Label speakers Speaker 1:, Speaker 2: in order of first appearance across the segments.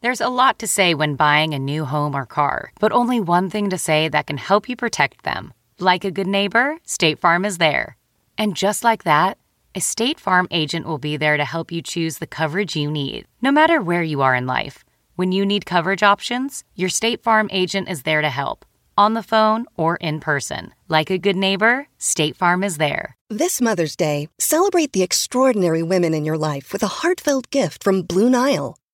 Speaker 1: There's a lot to say when buying a new home or car, but only one thing to say that can help you protect them. Like a good neighbor, State Farm is there. And just like that, a State Farm agent will be there to help you choose the coverage you need, no matter where you are in life. When you need coverage options, your State Farm agent is there to help, on the phone or in person. Like a good neighbor, State Farm is there.
Speaker 2: This Mother's Day, celebrate the extraordinary women in your life with a heartfelt gift from Blue Nile.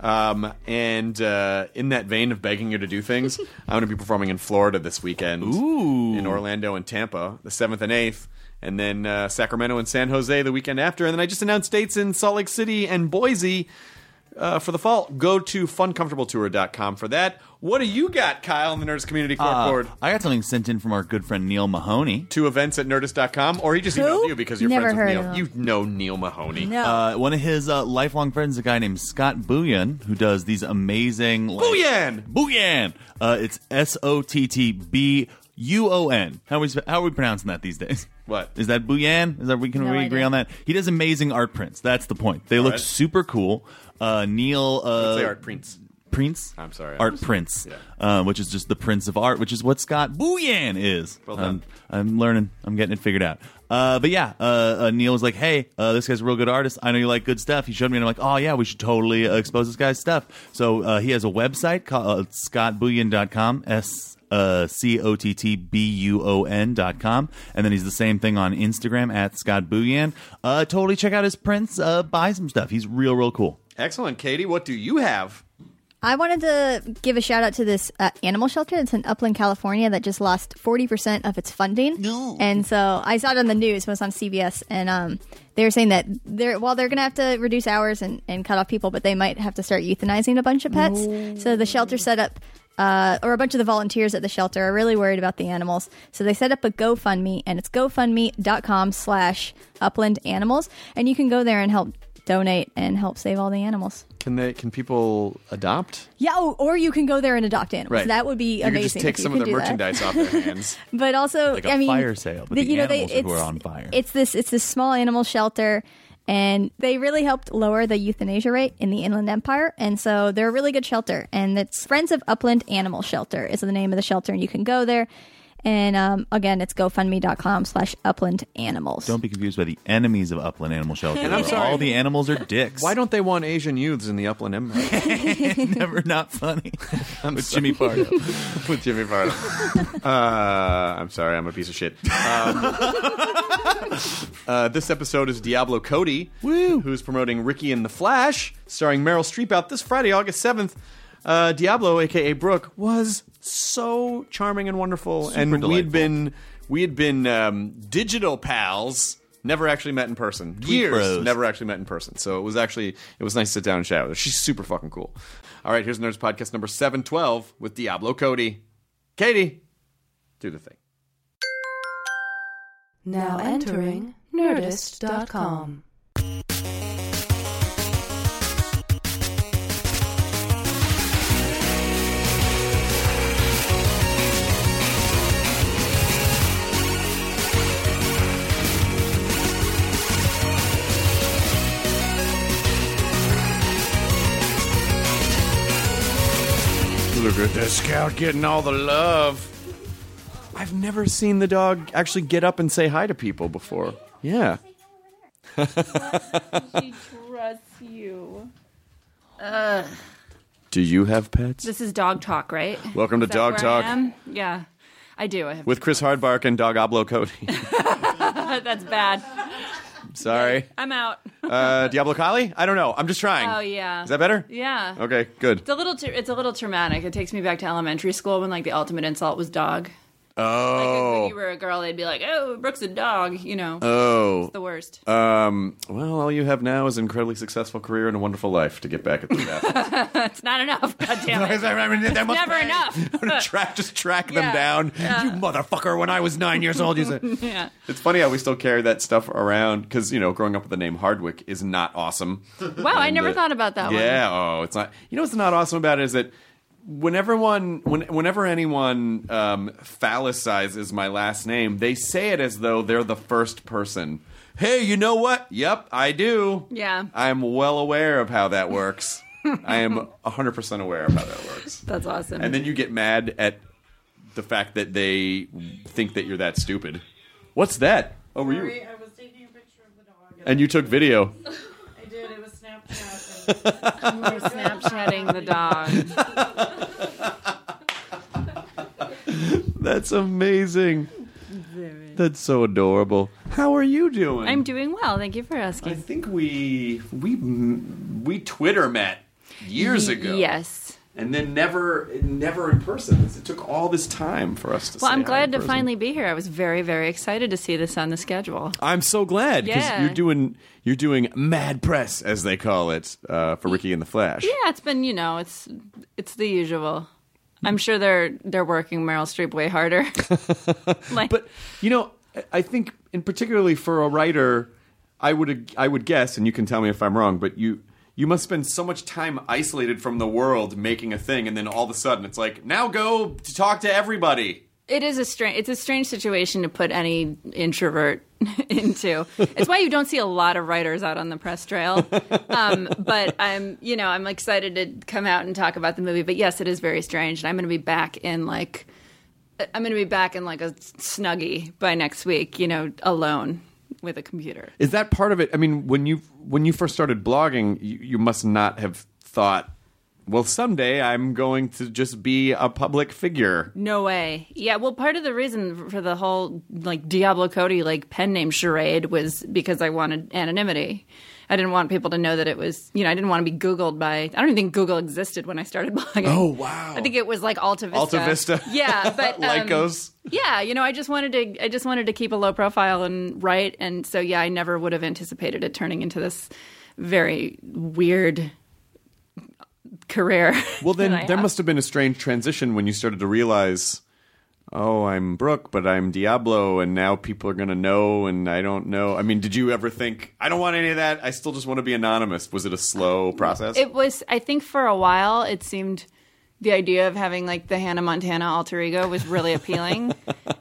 Speaker 3: Um, and uh, in that vein of begging you to do things, I'm going to be performing in Florida this weekend.
Speaker 4: Ooh.
Speaker 3: In Orlando and Tampa, the 7th and 8th. And then uh, Sacramento and San Jose the weekend after. And then I just announced dates in Salt Lake City and Boise uh, for the fall. Go to funcomfortabletour.com for that. What do you got, Kyle, in the Nerds Community
Speaker 5: Uh,
Speaker 3: Cork Board?
Speaker 4: I got something sent in from our good friend Neil Mahoney.
Speaker 3: Two events at nerdist.com, or he just emailed you because you're
Speaker 5: Never
Speaker 3: friends with
Speaker 5: heard
Speaker 3: Neil.
Speaker 5: of him.
Speaker 3: You know Neil Mahoney.
Speaker 5: No.
Speaker 4: Uh, one of his uh, lifelong friends, is a guy named Scott Booyan, who does these amazing. Like,
Speaker 3: Booyan!
Speaker 4: Booyan! Uh, it's S O T T B U O N. How are we sp- how are we pronouncing that these days?
Speaker 3: What?
Speaker 4: is that? Booyan? Is that we can
Speaker 5: No
Speaker 4: we
Speaker 5: idea.
Speaker 4: agree on that? He does amazing art prints. That's the point. They look
Speaker 3: right.
Speaker 4: super cool. Uh, Neil uh,
Speaker 3: Say Art Prince.
Speaker 4: Prince.
Speaker 3: I'm sorry.
Speaker 4: Art Prince, uh, which is just the Prince of Art, which is what Scott Booyan is.
Speaker 3: Well done.
Speaker 4: I'm, I'm learning. I'm getting it figured out. Uh, but yeah, uh, uh, Neil was like, "Hey, uh, this guy's a real good artist. I know you like good stuff." He showed me, and I'm like, "Oh yeah, we should totally uh, expose this guy's stuff." So uh, he has a website called uh, scottbooyan.com. S uh, C O T T B U O N dot com. And then he's the same thing on Instagram at Scott Booyan. Uh, totally check out his prints. Uh, buy some stuff. He's real, real cool.
Speaker 3: Excellent, Katie. What do you have?
Speaker 5: I wanted to give a shout out to this uh, animal shelter that's in Upland, California that just lost 40% of its funding. And so I saw it on the news, it was on CBS, and um, they were saying that they're, well, they're going to have to reduce hours and, and cut off people, but they might have to start euthanizing a bunch of pets. So the shelter set up, uh, or a bunch of the volunteers at the shelter are really worried about the animals. So they set up a GoFundMe, and it's gofundme.com slash upland animals. And you can go there and help donate and help save all the animals.
Speaker 3: Can they? Can people adopt?
Speaker 5: Yeah, oh, or you can go there and adopt animals. That would be
Speaker 3: you
Speaker 5: amazing.
Speaker 3: Could just take
Speaker 5: if you
Speaker 3: some of
Speaker 5: could
Speaker 3: their
Speaker 5: do that.
Speaker 3: merchandise off their hands.
Speaker 5: But also,
Speaker 4: Like
Speaker 5: I
Speaker 4: a
Speaker 5: mean,
Speaker 4: fire sale, but the animals who
Speaker 5: it's-
Speaker 4: are on fire.
Speaker 5: It's this. It's this small animal shelter, and they really helped lower the euthanasia rate in the Inland Empire, and so they're a really good shelter. And it's Friends of Upland Animal Shelter is the name of the shelter, and you can go there. And um, again, it's GoFundMe.com slash Upland Animals.
Speaker 4: Don't be confused by the enemies of Upland Animal Shelter.
Speaker 3: I'm sorry.
Speaker 4: All the animals are dicks.
Speaker 3: Why don't they want Asian youths in the Upland Empire?
Speaker 4: never not funny? With Jimmy Pardo.
Speaker 3: With Jimmy Fallon. Uh, I'm sorry, I'm a piece of shit. Um, uh, this episode is Diablo Cody,
Speaker 4: Woo.
Speaker 3: who's promoting Ricky and the Flash, starring Meryl Streep out this Friday, August 7th. Uh, Diablo, aka Brooke, was so charming and wonderful, and we had
Speaker 4: delightful.
Speaker 3: been we had been um, digital pals. Never actually met in person. Years
Speaker 4: bros.
Speaker 3: never actually met in person. So it was actually it was nice to sit down and chat with her. She's super fucking cool. All right, here's Nerds Podcast number seven twelve with Diablo Cody. Katie, do the thing.
Speaker 6: Now entering Nerdist.com.
Speaker 3: Look at this scout getting all the love. I've never seen the dog actually get up and say hi to people before. Yeah.
Speaker 7: She trusts you.
Speaker 3: Do you have pets?
Speaker 7: This is dog talk, right?
Speaker 3: Welcome to
Speaker 7: Is that
Speaker 3: Dog
Speaker 7: where
Speaker 3: Talk
Speaker 7: I am? Yeah, I do. I have.
Speaker 3: with Chris Hardbark and Dog Ablo Cody.
Speaker 7: That's bad.
Speaker 3: Sorry.
Speaker 7: I'm out.
Speaker 3: Uh, Diablo Kali? I don't know. I'm just trying.
Speaker 7: Oh yeah.
Speaker 3: Is that better?
Speaker 7: Yeah.
Speaker 3: Okay, good.
Speaker 7: It's a little. Tr- it's a little traumatic. It takes me back to elementary school when like the ultimate insult was dog. Like
Speaker 3: Oh.
Speaker 7: if you were a girl, they'd be like, "Oh, Brooks a dog," you know.
Speaker 3: Oh.
Speaker 7: the worst.
Speaker 3: Um, well, all you have now is an incredibly successful career and a wonderful life to get back at the Baffins.
Speaker 7: It's not enough. God damn it. Never enough.
Speaker 3: I'm gonna track, just track them
Speaker 7: Yeah.
Speaker 3: down. You motherfucker! When I was nine years old, you said.
Speaker 7: yeah.
Speaker 3: It's funny how we still carry that stuff around because you know, growing up with the name Hardwick is not awesome.
Speaker 7: Wow, Oh, I
Speaker 3: And,
Speaker 7: never
Speaker 3: uh,
Speaker 7: thought about that one.
Speaker 3: Yeah. Oh, it's not. You know what's not awesome about it is that whenever one, when, whenever anyone um, phallicizes my last name, they say it as though they're the first person. Hey, you know what? Yep, I do.
Speaker 7: Yeah.
Speaker 3: I'm well aware of how that works. I am 100% aware of how that works.
Speaker 7: That's awesome.
Speaker 3: And then you get mad at the fact that they think that you're that stupid. What's that? Oh, were you?
Speaker 8: I was taking a picture of the dog.
Speaker 3: And you took video.
Speaker 8: I did. It was Snapchat.
Speaker 7: Snapchatting the dog.
Speaker 3: That's amazing. That's so adorable. How are you doing?
Speaker 7: I'm doing well. Thank you for
Speaker 3: I
Speaker 7: asking.
Speaker 3: think we we we Twitter met years ago.
Speaker 7: Yes.
Speaker 3: And then never never in person. It took all this time for us to.
Speaker 7: Well,
Speaker 3: say hi
Speaker 7: I'm
Speaker 3: in
Speaker 7: glad to
Speaker 3: person.
Speaker 7: finally be here. I was very, very excited to see this on the schedule.
Speaker 3: I'm so glad because
Speaker 7: Yeah.
Speaker 3: you're doing you're doing mad press as they call it uh, for Ricky and the Flash.
Speaker 7: Yeah, it's been, you know, it's it's the usual. I'm sure they're they're working Meryl Streep way harder. like,
Speaker 3: But you know, I- I think, and particularly for a writer, I would I would guess, and you can tell me if I'm wrong, but you you must spend so much time isolated from the world making a thing, and then all of a sudden it's like now go to talk to everybody.
Speaker 7: it is a strange it's a strange situation to put any introvert into it's why you don't see a lot of writers out on the press trail um, but i'm you know i'm excited to come out and talk about the movie but yes it is very strange and i'm going to be back in like i'm going to be back in like a snuggie by next week you know alone with a computer
Speaker 3: Is that part of it? I mean, when you when you first started blogging, you, you must not have thought. Well, someday I'm going to just be a public figure.
Speaker 7: No way. Yeah. Well, part of the reason for the whole like Diablo Cody like pen name charade was because I wanted anonymity. I didn't want people to know that it was you know I didn't want to be Googled by. I don't even think Google existed when I started blogging.
Speaker 3: Oh, wow.
Speaker 7: I think it was like Alta Vista.
Speaker 3: Alta Vista.
Speaker 7: Yeah, but um,
Speaker 3: Lycos.
Speaker 7: Yeah, you know I just wanted to I just wanted to keep a low profile and write and so yeah I never would have anticipated it turning into this very weird career.
Speaker 3: Well,
Speaker 7: that I
Speaker 3: then there
Speaker 7: have.
Speaker 3: must have been a strange transition when you started to realize, oh, I'm Brooke, but I'm Diablo, and now people are going to know, and I don't know. I mean, did you ever think, I don't want any of that? I still just want to be anonymous. Was it a slow process?
Speaker 7: It was, I think, for a while, it seemed the idea of having like the Hannah Montana alter ego was really appealing,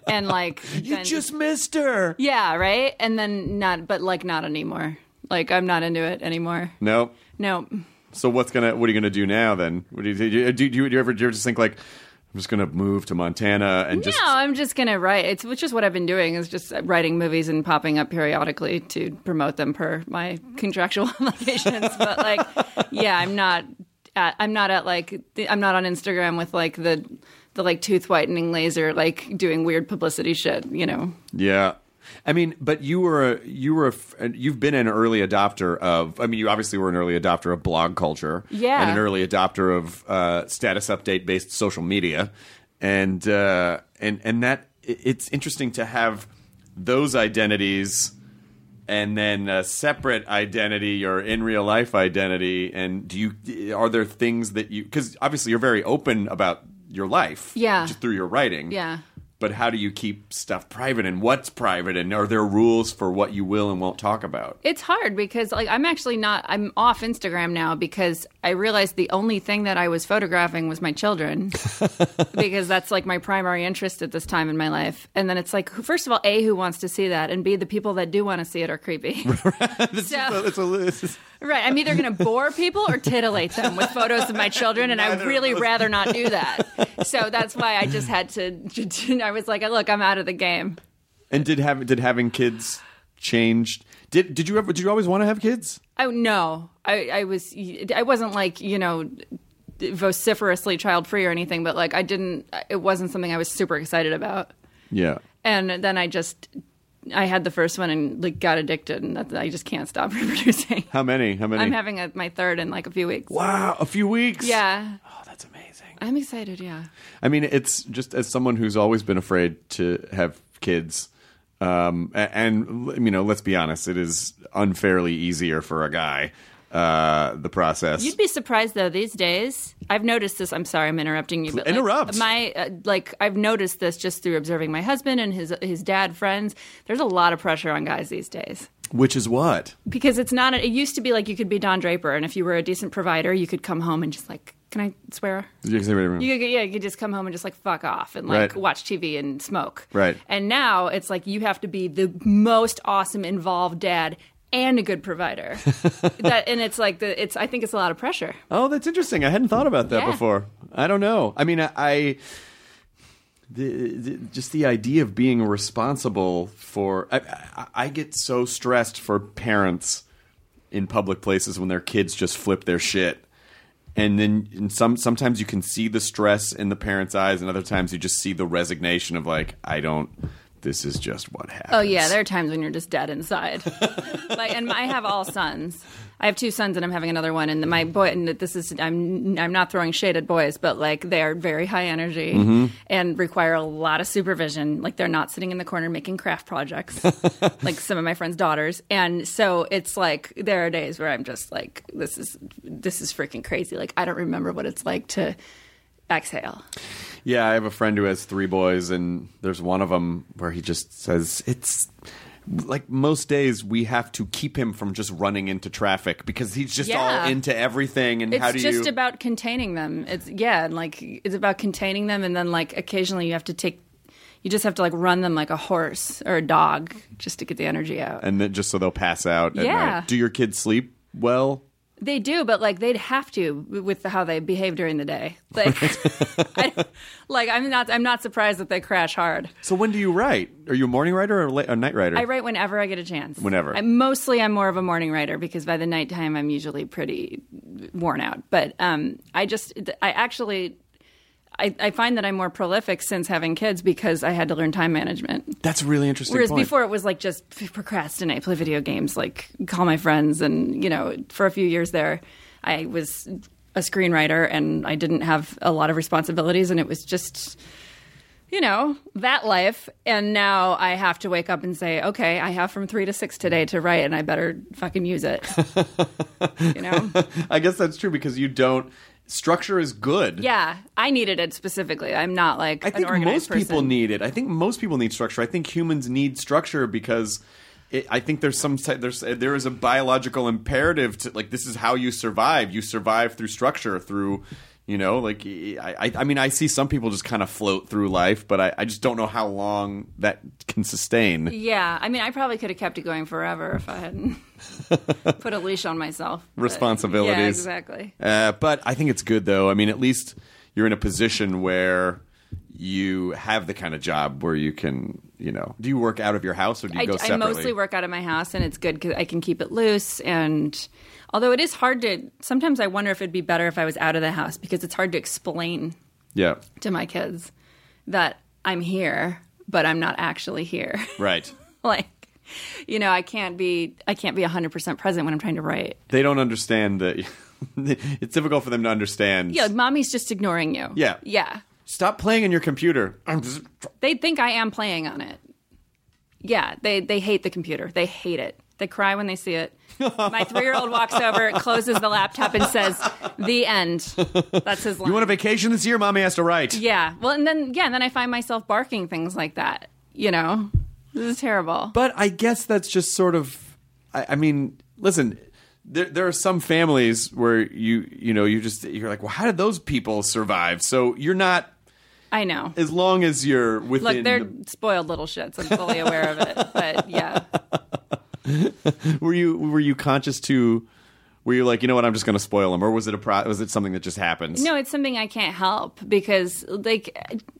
Speaker 7: and like then-
Speaker 3: missed her.
Speaker 7: yeah, right, and then not, but like not anymore. Like I'm not into it anymore.
Speaker 3: No.
Speaker 7: No,
Speaker 3: So what's gonna? What are you gonna do now? Then? What do you do? You, do, you, do you ever do you ever just think like, I'm just gonna move to Montana and just?
Speaker 7: no, I'm just gonna write. It's which is what I've been doing is just uh, writing movies and popping up periodically to promote them per my contractual obligations. but like, yeah, I'm not. At, I'm not at like. The, I'm not on Instagram with like the the like tooth whitening laser, like doing weird publicity shit. You know.
Speaker 3: Yeah. I mean, but you were a, you were a, f- and you've been an early adopter of. I mean, you obviously were an early adopter of blog culture,
Speaker 7: Yeah.
Speaker 3: and an early adopter of uh, status update based social media, and uh, and and that it- it's interesting to have those identities, and then a separate identity or in real life identity. And do you are there things that you because obviously you're very open about your life,
Speaker 7: Yeah.
Speaker 3: just through your writing,
Speaker 7: Yeah.
Speaker 3: but how do you keep stuff private and what's private and are there rules for what you will and won't talk about?
Speaker 7: It's hard because like I'm actually not I'm off Instagram now because I realized the only thing that I was photographing was my children because that's like my primary interest at this time in my life. And then it's like who- first of all, A who wants to see that and B the people that do want to see it are creepy. so, right, I'm either going to bore people or titillate them with photos of my children and I
Speaker 3: Neither of
Speaker 7: really
Speaker 3: those.
Speaker 7: rather not do that. So that's why I just had to I was like, look, I'm out of the game.
Speaker 3: and did have did having kids change did did you ever did you always want to have kids?
Speaker 7: Oh no, I, I was I wasn't like you know vociferously child free or anything, but like I didn't. It wasn't something I was super excited about.
Speaker 3: Yeah.
Speaker 7: And then I just I had the first one and like got addicted, and that, I just can't stop reproducing.
Speaker 3: How many? How many?
Speaker 7: I'm having a, my third in like a few weeks.
Speaker 3: wow, a few weeks.
Speaker 7: Yeah,
Speaker 3: Oh, that's amazing.
Speaker 7: I'm excited. Yeah.
Speaker 3: I mean, it's just as someone who's always been afraid to have kids, um, a- and you know, let's be honest, it is unfairly easier for a guy. Uh, the process.
Speaker 7: You'd be surprised though. These days, I've noticed this. I'm sorry, I'm interrupting you. But like,
Speaker 3: Interrupt.
Speaker 7: my uh, like. I've noticed this just through observing my husband and his his dad friends. There's a lot of pressure on guys these days
Speaker 3: Which is what?
Speaker 7: because it's not. It used to be like you could be Don Draper, and if you were a decent provider, you could come home and just like, can I swear? You could, yeah, you could just come home and just like fuck off and like
Speaker 3: Right.
Speaker 7: watch TV and smoke.
Speaker 3: Right.
Speaker 7: And now it's like you have to be the most awesome involved dad and a good provider. that and it's like the it's I think it's a lot of pressure.
Speaker 3: Oh, that's interesting. I hadn't thought about that
Speaker 7: Yeah.
Speaker 3: before. I don't know. I mean, I, I the, the, just the idea of being responsible for. I, I, I get so stressed for parents in public places when their kids just flip their shit. And then and some sometimes you can see the stress in the parents' eyes, and other times you just see the resignation of like, I don't. This is just what happens.
Speaker 7: Oh yeah, there are times when you're just dead inside. like, and I have all sons. I have two sons, and I'm having another one. And my boy, and this is I'm I'm not throwing shade at boys, but like they are very high energy and require a lot of supervision. Like they're not sitting in the corner making craft projects, like some of my friends' daughters. And so it's like there are days where I'm just like, this is this is freaking crazy. Like I don't remember what it's like to exhale.
Speaker 3: Yeah, I have a friend who has three boys, and there's one of them where he just says, It's like most days we have to keep him from just running into traffic because he's just
Speaker 7: Yeah.
Speaker 3: all into everything. And
Speaker 7: it's
Speaker 3: how do
Speaker 7: just
Speaker 3: you.
Speaker 7: about containing them it's yeah and like it's about containing them and then like occasionally you have to take you just have to like run them like a horse or a dog just to get the energy out
Speaker 3: and then just so they'll pass out. at
Speaker 7: Yeah.
Speaker 3: night. Do your kids sleep well?
Speaker 7: they do but like they'd have to with how they behave during the day like I, like i'm not i'm not surprised that they crash hard
Speaker 3: So when do you write? Are you a morning writer or a, late, a night writer?
Speaker 7: i write whenever i get a chance
Speaker 3: Whenever.
Speaker 7: i mostly i'm more of a morning writer because by the nighttime i'm usually pretty worn out but um i just i actually I, I find that I'm more prolific since having kids because I had to learn time management.
Speaker 3: That's a really interesting.
Speaker 7: Whereas
Speaker 3: point.
Speaker 7: before it was like just p- procrastinate, play video games, like call my friends, and you know, for a few years there, I was a screenwriter and I didn't have a lot of responsibilities, and it was just. You know, that life. And now I have to wake up and say, okay, I have from three to six today to write and I better fucking use it. you know?
Speaker 3: I guess that's true because you don't. Structure is good.
Speaker 7: Yeah. I needed it specifically. I'm not like,
Speaker 3: I
Speaker 7: an
Speaker 3: think most
Speaker 7: organized
Speaker 3: people
Speaker 7: person.
Speaker 3: need it. I think most people need structure. I think humans need structure because it, I think there's some si- there's there is a biological imperative to like this is how you survive. You survive through structure through. You know, like I, I, I mean, I see some people just kind of float through life, but I, I just don't know how long that can sustain.
Speaker 7: Yeah, I mean, I probably could have kept it going forever if I hadn't put a leash on myself. But-
Speaker 3: Responsibilities.
Speaker 7: Yeah, exactly.
Speaker 3: Uh, but I think it's good though. I mean, at least you're in a position where you have the kind of job where you can, you know, do you work out of your house or do you
Speaker 7: I,
Speaker 3: go
Speaker 7: I
Speaker 3: separately?
Speaker 7: mostly work out of my house, and it's good because I can keep it loose. And although it is hard to, sometimes I wonder if it'd be better if I was out of the house because it's hard to explain
Speaker 3: Yeah,
Speaker 7: to my kids that I'm here, but I'm not actually here.
Speaker 3: right.
Speaker 7: like, you know, I can't be, I can't be 100% present when I'm trying to write.
Speaker 3: they don't understand that it's difficult for them to understand.
Speaker 7: Yeah, mommy's just ignoring you.
Speaker 3: Yeah.
Speaker 7: Yeah.
Speaker 3: Stop playing on your computer. I'm just
Speaker 7: They think I am playing on it. Yeah, they they hate the computer. They hate it. They cry when they see it. My three year old walks over, closes the laptop, and says, "The end." That's his line.
Speaker 3: you want a vacation this year? Mommy has to write.
Speaker 7: yeah. Well, and then yeah, and then I find myself barking things like that. You know, this is terrible.
Speaker 3: But I guess that's just sort of. I, I mean, listen. There, there are some families where you you know you just you're like, well, how did those people survive? So you're not
Speaker 7: I know.
Speaker 3: as long as you're within.
Speaker 7: Look, they're
Speaker 3: the-
Speaker 7: spoiled little shits. I'm fully aware of it. But yeah,
Speaker 3: were you were you conscious to? Were you like, you know what? I'm just going to spoil them, or was it a pro- was it something that just happens?
Speaker 7: No, it's something I can't help because like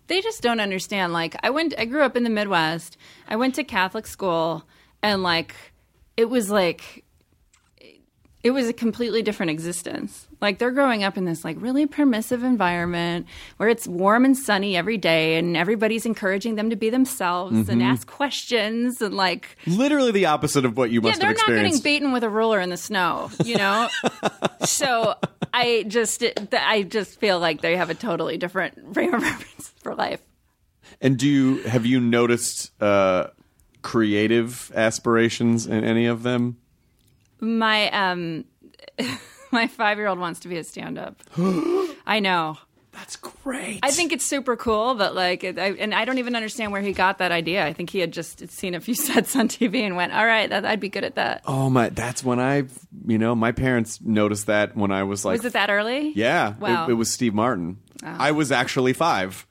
Speaker 7: they just don't understand. Like I went, I grew up in the Midwest. I went to Catholic school, and like it was like it was a completely different existence. Like they're growing up in this like really permissive environment where it's warm and sunny every day and everybody's encouraging them to be themselves and ask questions and like
Speaker 3: Literally the opposite of what you must
Speaker 7: yeah,
Speaker 3: have
Speaker 7: they're not getting
Speaker 3: experienced.
Speaker 7: beaten with a ruler in the snow, you know. so I just, th- I just feel like they have a totally different frame of reference for life.
Speaker 3: and do you have you noticed uh, creative aspirations in any of them?
Speaker 7: My um, my five year old wants to be a stand up. I know.
Speaker 3: That's great.
Speaker 7: I think it's super cool, but like, it, I, and I don't even understand where he got that idea. I think he had just seen a few sets on TV and went, "All right, that, I'd be good at that."
Speaker 3: Oh my! That's when I, you know, my parents noticed that when I was like,
Speaker 7: Was it that early?
Speaker 3: yeah, it-
Speaker 7: Wow.
Speaker 3: it, was Steve Martin. I was actually five.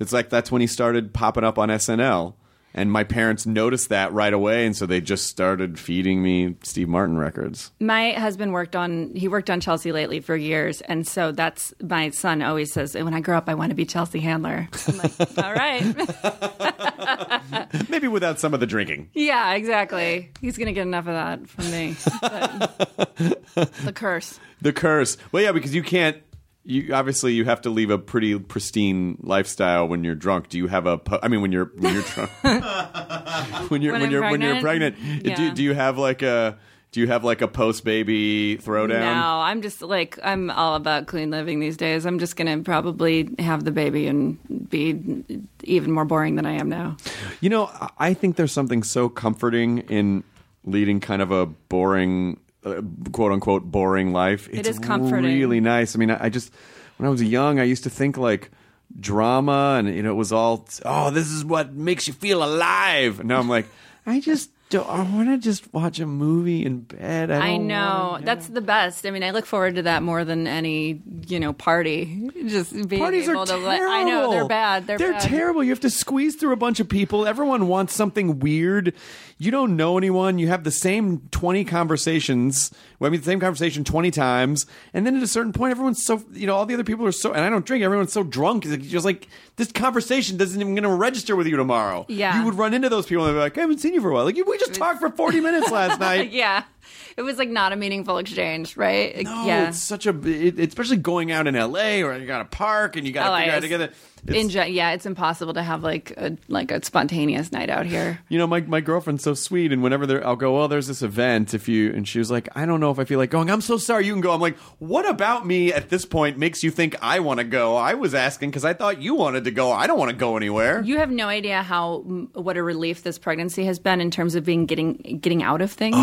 Speaker 3: It's like that's when he started popping up on SNL, and my parents noticed that right away, and so they just started feeding me Steve Martin records.
Speaker 7: My husband worked on he worked on Chelsea lately for years, and so that's my son always says when I grow up I want to be Chelsea Handler. I'm like, all right,
Speaker 3: Maybe without some of the drinking.
Speaker 7: yeah, exactly. He's gonna get enough of that from me. But- the curse.
Speaker 3: The curse. Well, yeah, because you can't. You obviously you have to leave a pretty pristine lifestyle when you're drunk. Do you have a? po- I mean, when you're when you're drunk. when you're when,
Speaker 7: When I'm
Speaker 3: you're when you're
Speaker 7: pregnant?
Speaker 3: pregnant. Do
Speaker 7: Yeah.
Speaker 3: do you have like a? Do you have like a post baby throwdown?
Speaker 7: No, I'm just like I'm all about clean living these days. I'm just gonna probably have the baby and be even more boring than I am now.
Speaker 3: You know, I- I think there's something so comforting in leading kind of a boring, uh, quote unquote, boring life. It's
Speaker 7: is comforting.
Speaker 3: Really nice. I mean, I, I just when I was young, I used to think like drama, and you know, it was all oh, this is what makes you feel alive. And now I'm like, I just don't. I want to just watch a movie in bed. I,
Speaker 7: I
Speaker 3: don't
Speaker 7: know
Speaker 3: wanna-
Speaker 7: that's the best. I mean, I look forward to that more than any you know party. Just being
Speaker 3: Parties
Speaker 7: able
Speaker 3: are
Speaker 7: to
Speaker 3: terrible.
Speaker 7: let. I know they're bad. They're, bad.
Speaker 3: terrible. You have to squeeze through a bunch of people. Everyone wants something weird. You don't know anyone. You have the same twenty conversations. Well, I mean, the same conversation twenty times, and then at a certain point, everyone's so you know all the other people are so. And I don't drink. Everyone's so drunk. It's like- just like this conversation doesn't even going to register with you tomorrow.
Speaker 7: Yeah.
Speaker 3: you would run into those people and be like, I haven't seen you for a while. Like we just talked for forty minutes last night.
Speaker 7: Yeah, it was like not a meaningful exchanb, right?
Speaker 3: No,
Speaker 7: yeah.
Speaker 3: it's such a it, especially going out in L.A. or you got a park and you got to
Speaker 7: LA
Speaker 3: figure out
Speaker 7: is-
Speaker 3: together. It's-
Speaker 7: in gen- yeah, it's impossible to have like a like a spontaneous night out here.
Speaker 3: you know, my, my girlfriend's so sweet, and whenever there, I'll go, well, there's this event. If you and she was like, I don't know if I feel like going. I'm so sorry, you can go. I'm like, what about me at this point makes you think I want to go? I was asking because I thought you wanted to go. I don't want to go anywhere.
Speaker 7: You have no idea how what a relief this pregnancy has been in terms of being getting getting out of things.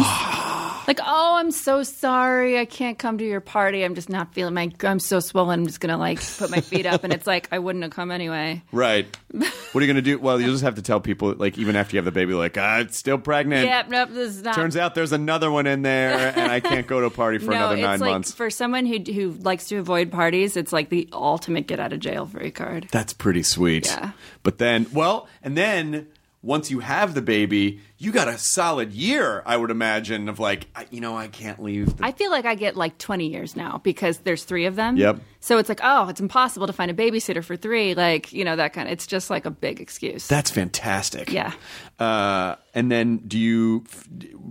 Speaker 7: like, oh, I'm so sorry, I can't come to your party. I'm just not feeling my. I'm so swollen. I'm just gonna like put my feet up, and it's like I wouldn't have come anyway.
Speaker 3: right? what are you gonna do? Well, you just have to tell people, like, even after you have the baby, like, ah, it's still pregnant.
Speaker 7: Yep, nope, this is not.
Speaker 3: Turns out there's another one in there, and I can't go to a party for
Speaker 7: no,
Speaker 3: another
Speaker 7: it's
Speaker 3: nine
Speaker 7: like
Speaker 3: months.
Speaker 7: for someone who who likes to avoid parties, it's like the ultimate get out of jail free card.
Speaker 3: That's pretty sweet.
Speaker 7: Yeah.
Speaker 3: But then, well, and then once you have the baby, you got a solid year, I would imagine, of like, I, you know, I can't leave. The-
Speaker 7: I feel like I get like 20 years now because there's three of them.
Speaker 3: Yep.
Speaker 7: So it's like, oh, it's impossible to find a babysitter for three. Like, you know, that kind of, it's just like a big excuse.
Speaker 3: That's fantastic.
Speaker 7: Yeah.
Speaker 3: Uh, and then, do you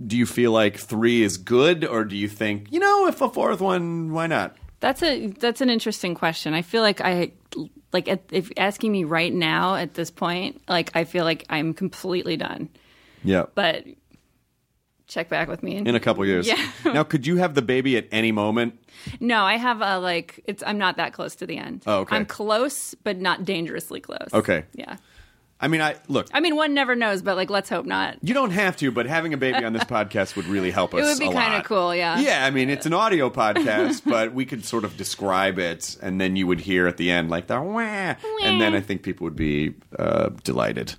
Speaker 3: do you feel like three is good, or do you think you know if a fourth one, why not?
Speaker 7: That's a, that's an interesting question. I feel like I, like, at, if asking me right now at this point, like, I feel like I'm completely done.
Speaker 3: Yeah.
Speaker 7: But check back with me.
Speaker 3: in a couple years.
Speaker 7: Yeah.
Speaker 3: now, could you have the baby at any moment?
Speaker 7: no, I have a, like, it's, I'm not that close to the end.
Speaker 3: Oh, okay.
Speaker 7: I'm close, but not dangerously close.
Speaker 3: Okay.
Speaker 7: Yeah.
Speaker 3: I mean, I look.
Speaker 7: I mean, one never knows, but like, let's hope not.
Speaker 3: You don't have to, but having a baby on this podcast would really help us.
Speaker 7: It would be
Speaker 3: a
Speaker 7: kinda
Speaker 3: lot.
Speaker 7: cool, yeah.
Speaker 3: Yeah, I mean, it's an audio podcast, but we could sort of describe it, and then you would hear at the end like the wah, and then I think people would be uh, delighted.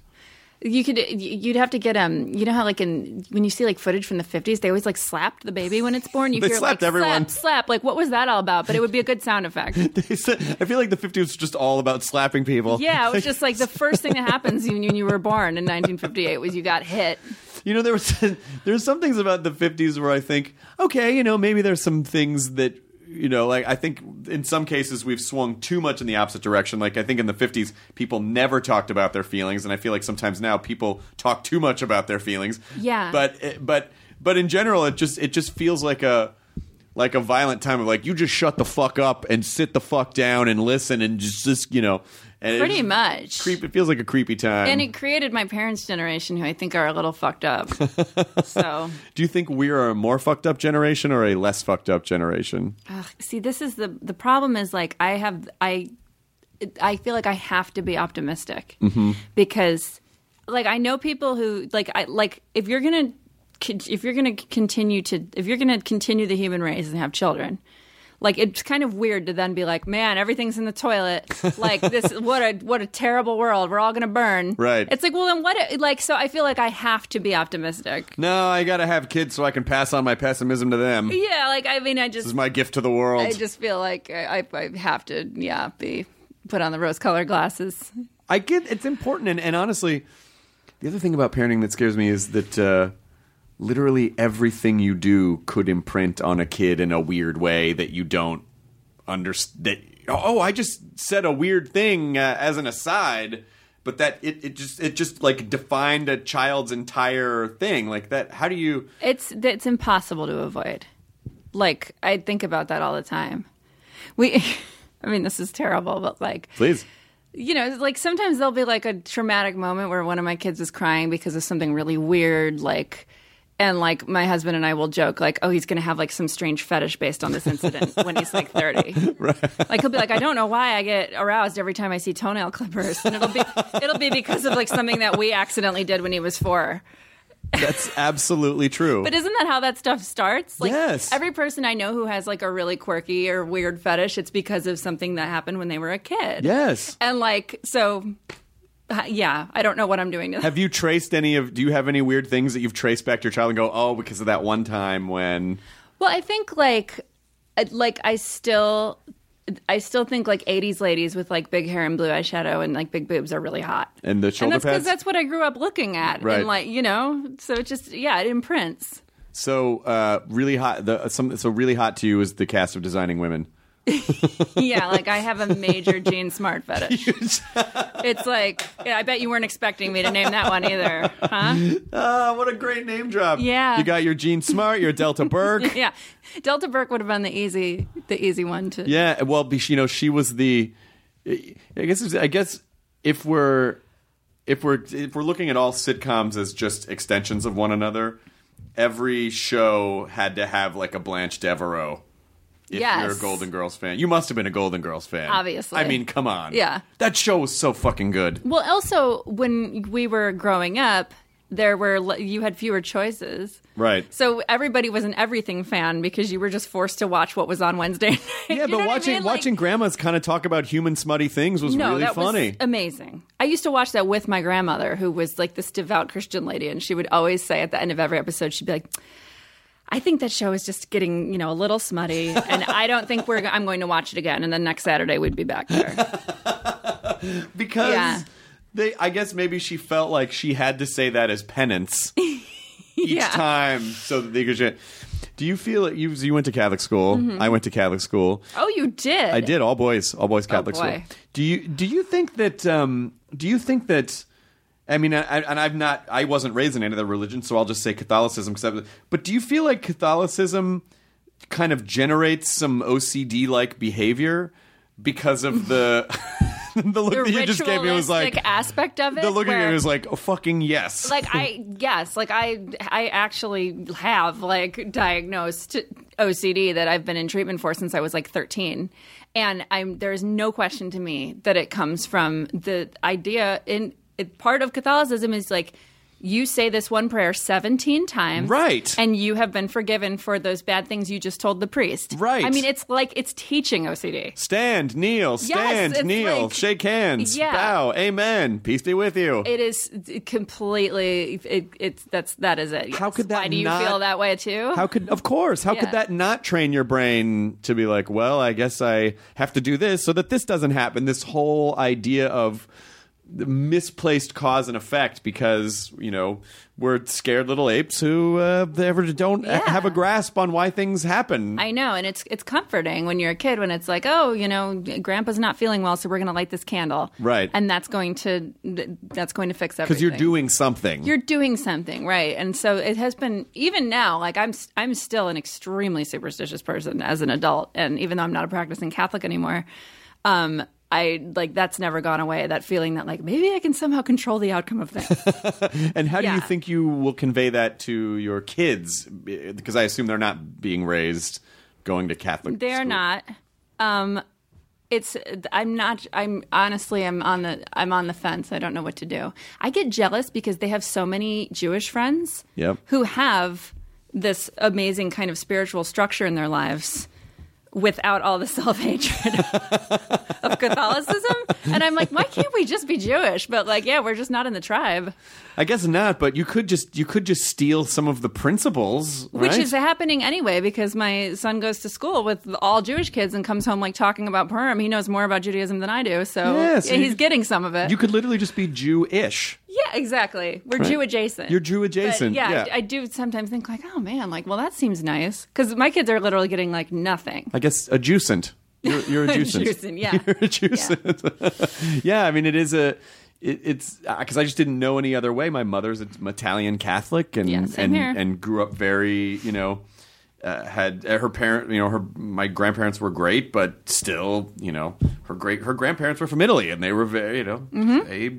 Speaker 7: You could, you'd have to get um, you know how like in when you see like footage from the fifties, they always like slapped the baby when it's born. You
Speaker 3: They
Speaker 7: hear
Speaker 3: slapped
Speaker 7: like,
Speaker 3: everyone.
Speaker 7: slap, slap. Like what was that all about? But it would be a good sound effect.
Speaker 3: I feel like the 50s was just all about slapping people.
Speaker 7: Yeah, it was just like the first thing that happens when you were born in 1958 was you got hit.
Speaker 3: You know, there was there's some things about the 50s where I think, okay, you know, maybe there's some things that you know, like I think in some cases we've swung too much in the opposite direction. Like I think in the 50s people never talked about their feelings and I feel like sometimes now people talk too much about their feelings. eh,
Speaker 7: Yeah.
Speaker 3: But but but in general it just it just feels like a like a violent time of like you just shut the fuck up and sit the fuck down and listen and just, just you know and it
Speaker 7: Pretty
Speaker 3: just-
Speaker 7: much.
Speaker 3: creep it feels like a creepy time
Speaker 7: And it created my parents' generation, who I think are a little fucked up. so,
Speaker 3: do you think we are a more fucked up generation or a less fucked up generation
Speaker 7: ugh, see, this is the the problem. Is like I have I, I feel like I have to be optimistic
Speaker 3: Mm-hmm.
Speaker 7: because, like, I know people who like I like if you're gonna con- if you're gonna continue to if you're gonna continue the human race and have children. Like it's kind of weird to then be like, man, everything's in the toilet. Like this, what a what a terrible world. We're all gonna burn.
Speaker 3: Right.
Speaker 7: It's like, well, then what? Like, so I feel like I have to be optimistic.
Speaker 3: no i gotta have kids so i can pass on my pessimism to them this
Speaker 7: Yeah, like I mean, I just,
Speaker 3: is my gift to the world
Speaker 7: I just feel like I, I, I have to, yeah, be put on the rose-colored glasses.
Speaker 3: I get it's important, and, and honestly, the other thing about parenting that scares me is that uh, literally everything you do could imprint on a kid in a weird way that you don't understand. That oh, I just said a weird thing uh, as an aside, but that it, it just it just like defined a child's entire thing like that. How do you?
Speaker 7: It's it's impossible to avoid. Like I think about that all the time. We, I mean, this is terrible, but like
Speaker 3: Please.
Speaker 7: you know, like sometimes there'll be like a traumatic moment where one of my kids is crying because of something really weird, like. And like my husband and I will joke like, oh, he's gonna have like some strange fetish based on this incident when he's like thirty. Like he'll be like, I don't know why I get aroused every time I see toenail clippers, and it'll be it'll be because of like something that we accidentally did when he was four.
Speaker 3: That's absolutely true.
Speaker 7: But isn't that how that stuff starts? Like
Speaker 3: Yes.
Speaker 7: every person I know who has like a really quirky or weird fetish, it's because of something that happened when they were a kid.
Speaker 3: yes.
Speaker 7: And like so, uh, yeah, I don't know what I'm doing to that.
Speaker 3: Have you traced any of? Do you have any weird things that you've traced back to your child and go, oh, because of that one time when?
Speaker 7: Well, I think like I- like I still I still think like 80s ladies with like big hair and blue eyeshadow and like big boobs are really hot.
Speaker 3: And the shoulder
Speaker 7: and that's
Speaker 3: pads?
Speaker 7: that's what I grew up looking at.
Speaker 3: Right.
Speaker 7: And like, you know, so it just yeah, it imprints.
Speaker 3: So uh, really hot. The some so really hot to you is the cast of Designing Women.
Speaker 7: Yeah, like I have a major Gene Smart fetish. it's like yeah, I bet you weren't expecting me to name that one either, huh?
Speaker 3: Ah, what a great name drop!
Speaker 7: Yeah.
Speaker 3: you got your Gene Smart, your Delta Burke.
Speaker 7: Yeah, Delta Burke would have been the easy the easy one to.
Speaker 3: yeah, well, be- you know, she was the. I guess it's- I guess if we're if we're if we're looking at all sitcoms as just extensions of one another, every show had to have like a Blanche Devereaux. If
Speaker 7: Yes.
Speaker 3: you're a Golden Girls fan, you must have been a Golden Girls fan.
Speaker 7: Obviously.
Speaker 3: I mean, come on.
Speaker 7: Yeah.
Speaker 3: that show was so fucking good.
Speaker 7: Well, also when we were growing up, there were l- you had fewer choices.
Speaker 3: Right.
Speaker 7: So everybody was an everything fan because you were just forced to watch what was on Wednesday. night.
Speaker 3: Yeah,
Speaker 7: You know
Speaker 3: but
Speaker 7: what I
Speaker 3: watching
Speaker 7: mean? Like-
Speaker 3: watching grandmas kind of talk about human smutty things was
Speaker 7: no,
Speaker 3: really
Speaker 7: that
Speaker 3: funny.
Speaker 7: was amazing. I used to watch that with my grandmother, who was like this devout Christian lady, and she would always say at the end of every episode, she'd be like. I think that show is just getting, you know, a little smutty, and I don't think we're. Go- I'm going to watch it again, and then next Saturday we'd be back there.
Speaker 3: because
Speaker 7: Yeah.
Speaker 3: they I guess maybe she felt like she had to say that as penance each
Speaker 7: Yeah.
Speaker 3: time so that they could sh- Do you feel that you you went to Catholic school?
Speaker 7: Mm-hmm.
Speaker 3: I went to Catholic school.
Speaker 7: Oh, you did.
Speaker 3: I did all boys, all boys Catholic
Speaker 7: Oh, boy.
Speaker 3: school. Do you do you think that um, do you think that I mean, I, I- and I've not, I wasn't raised in any other religion, so I'll just say Catholicism. 'cause I was- but do you feel like Catholicism kind of generates some OCD-like behavior because of the the look
Speaker 7: The
Speaker 3: that you just gave me was like
Speaker 7: ritualistic aspect of it.
Speaker 3: the look at
Speaker 7: where-
Speaker 3: me was like oh, fucking yes.
Speaker 7: like I yes, like I I actually have like diagnosed OCD that I've been in treatment for since I was like 13. And I'm there is no question to me that it comes from the idea in it, part of Catholicism is like you say this one prayer 17 times.
Speaker 3: Right.
Speaker 7: And you have been forgiven for those bad things you just told the priest.
Speaker 3: Right.
Speaker 7: I mean, it's like it's teaching OCD.
Speaker 3: stand, kneel, stand,
Speaker 7: it's
Speaker 3: kneel,
Speaker 7: like-
Speaker 3: shake hands,
Speaker 7: Yeah.
Speaker 3: bow, amen, peace be with you.
Speaker 7: It is it completely it, it's that's that is it.
Speaker 3: How
Speaker 7: yes.
Speaker 3: could that
Speaker 7: Why do you
Speaker 3: not-
Speaker 7: feel that way too?
Speaker 3: How could, of course, how could
Speaker 7: Yeah.
Speaker 3: that not train your brain to be like, well, I guess I have to do this so that this doesn't happen? This whole idea of the misplaced cause and effect because you know we're scared little apes who uh, they ever don't
Speaker 7: Yeah.
Speaker 3: have a grasp on why things happen.
Speaker 7: I know, and it's it's comforting when you're a kid when it's like, oh, you know, Grandpa's not feeling well, so we're going to light this candle,
Speaker 3: Right.
Speaker 7: And that's going to th- that's going to fix everything
Speaker 3: because you're doing something.
Speaker 7: you're doing something right and so it has been even now like i'm i'm still an extremely superstitious person as an adult and even though i'm not a practicing catholic anymore um i like that's never gone away that feeling that like maybe i can somehow control the outcome of things
Speaker 3: and how do you
Speaker 7: yeah.
Speaker 3: think you will convey that to your kids? Because I assume they're not being raised going to Catholic.
Speaker 7: they're
Speaker 3: school.
Speaker 7: not um it's i'm not i'm honestly i'm on the i'm on the fence i don't know what to do i get jealous because they have so many jewish friends
Speaker 3: Yep.
Speaker 7: who have this amazing kind of spiritual structure in their lives without all the self hatred of Catholicism. And I'm like, why can't we just be Jewish? But like, yeah, we're just not in the tribe,
Speaker 3: I guess not. But you could just you could just steal some of the principles,
Speaker 7: which
Speaker 3: right?
Speaker 7: is happening anyway because my son goes to school with all Jewish kids and comes home like talking about Purim. He knows more about Judaism than I do. So
Speaker 3: Yeah, so
Speaker 7: yeah,
Speaker 3: you
Speaker 7: he's
Speaker 3: just-
Speaker 7: getting some of it.
Speaker 3: you could literally just be Jew-ish.
Speaker 7: yeah, exactly. We're Jew adjacent.
Speaker 3: You're Jew
Speaker 7: But
Speaker 3: adjacent.
Speaker 7: yeah,
Speaker 3: yeah.
Speaker 7: I, I do sometimes think like, oh man, like, well, that seems nice because my kids are literally getting like nothing.
Speaker 3: I guess adjacent. You're, you're adjacent.
Speaker 7: Adjacent, yeah.
Speaker 3: You're adjacent. Yeah. I mean, it is a. It, it's because I just didn't know any other way. My mother's an Italian Catholic, and
Speaker 7: Yeah,
Speaker 3: and
Speaker 7: same here.
Speaker 3: and grew up very, you know, uh, had uh, her parent, you know, her my grandparents were great, but still, you know, her great her grandparents were from Italy, and they were very, you know,
Speaker 7: Mm-hmm.
Speaker 3: they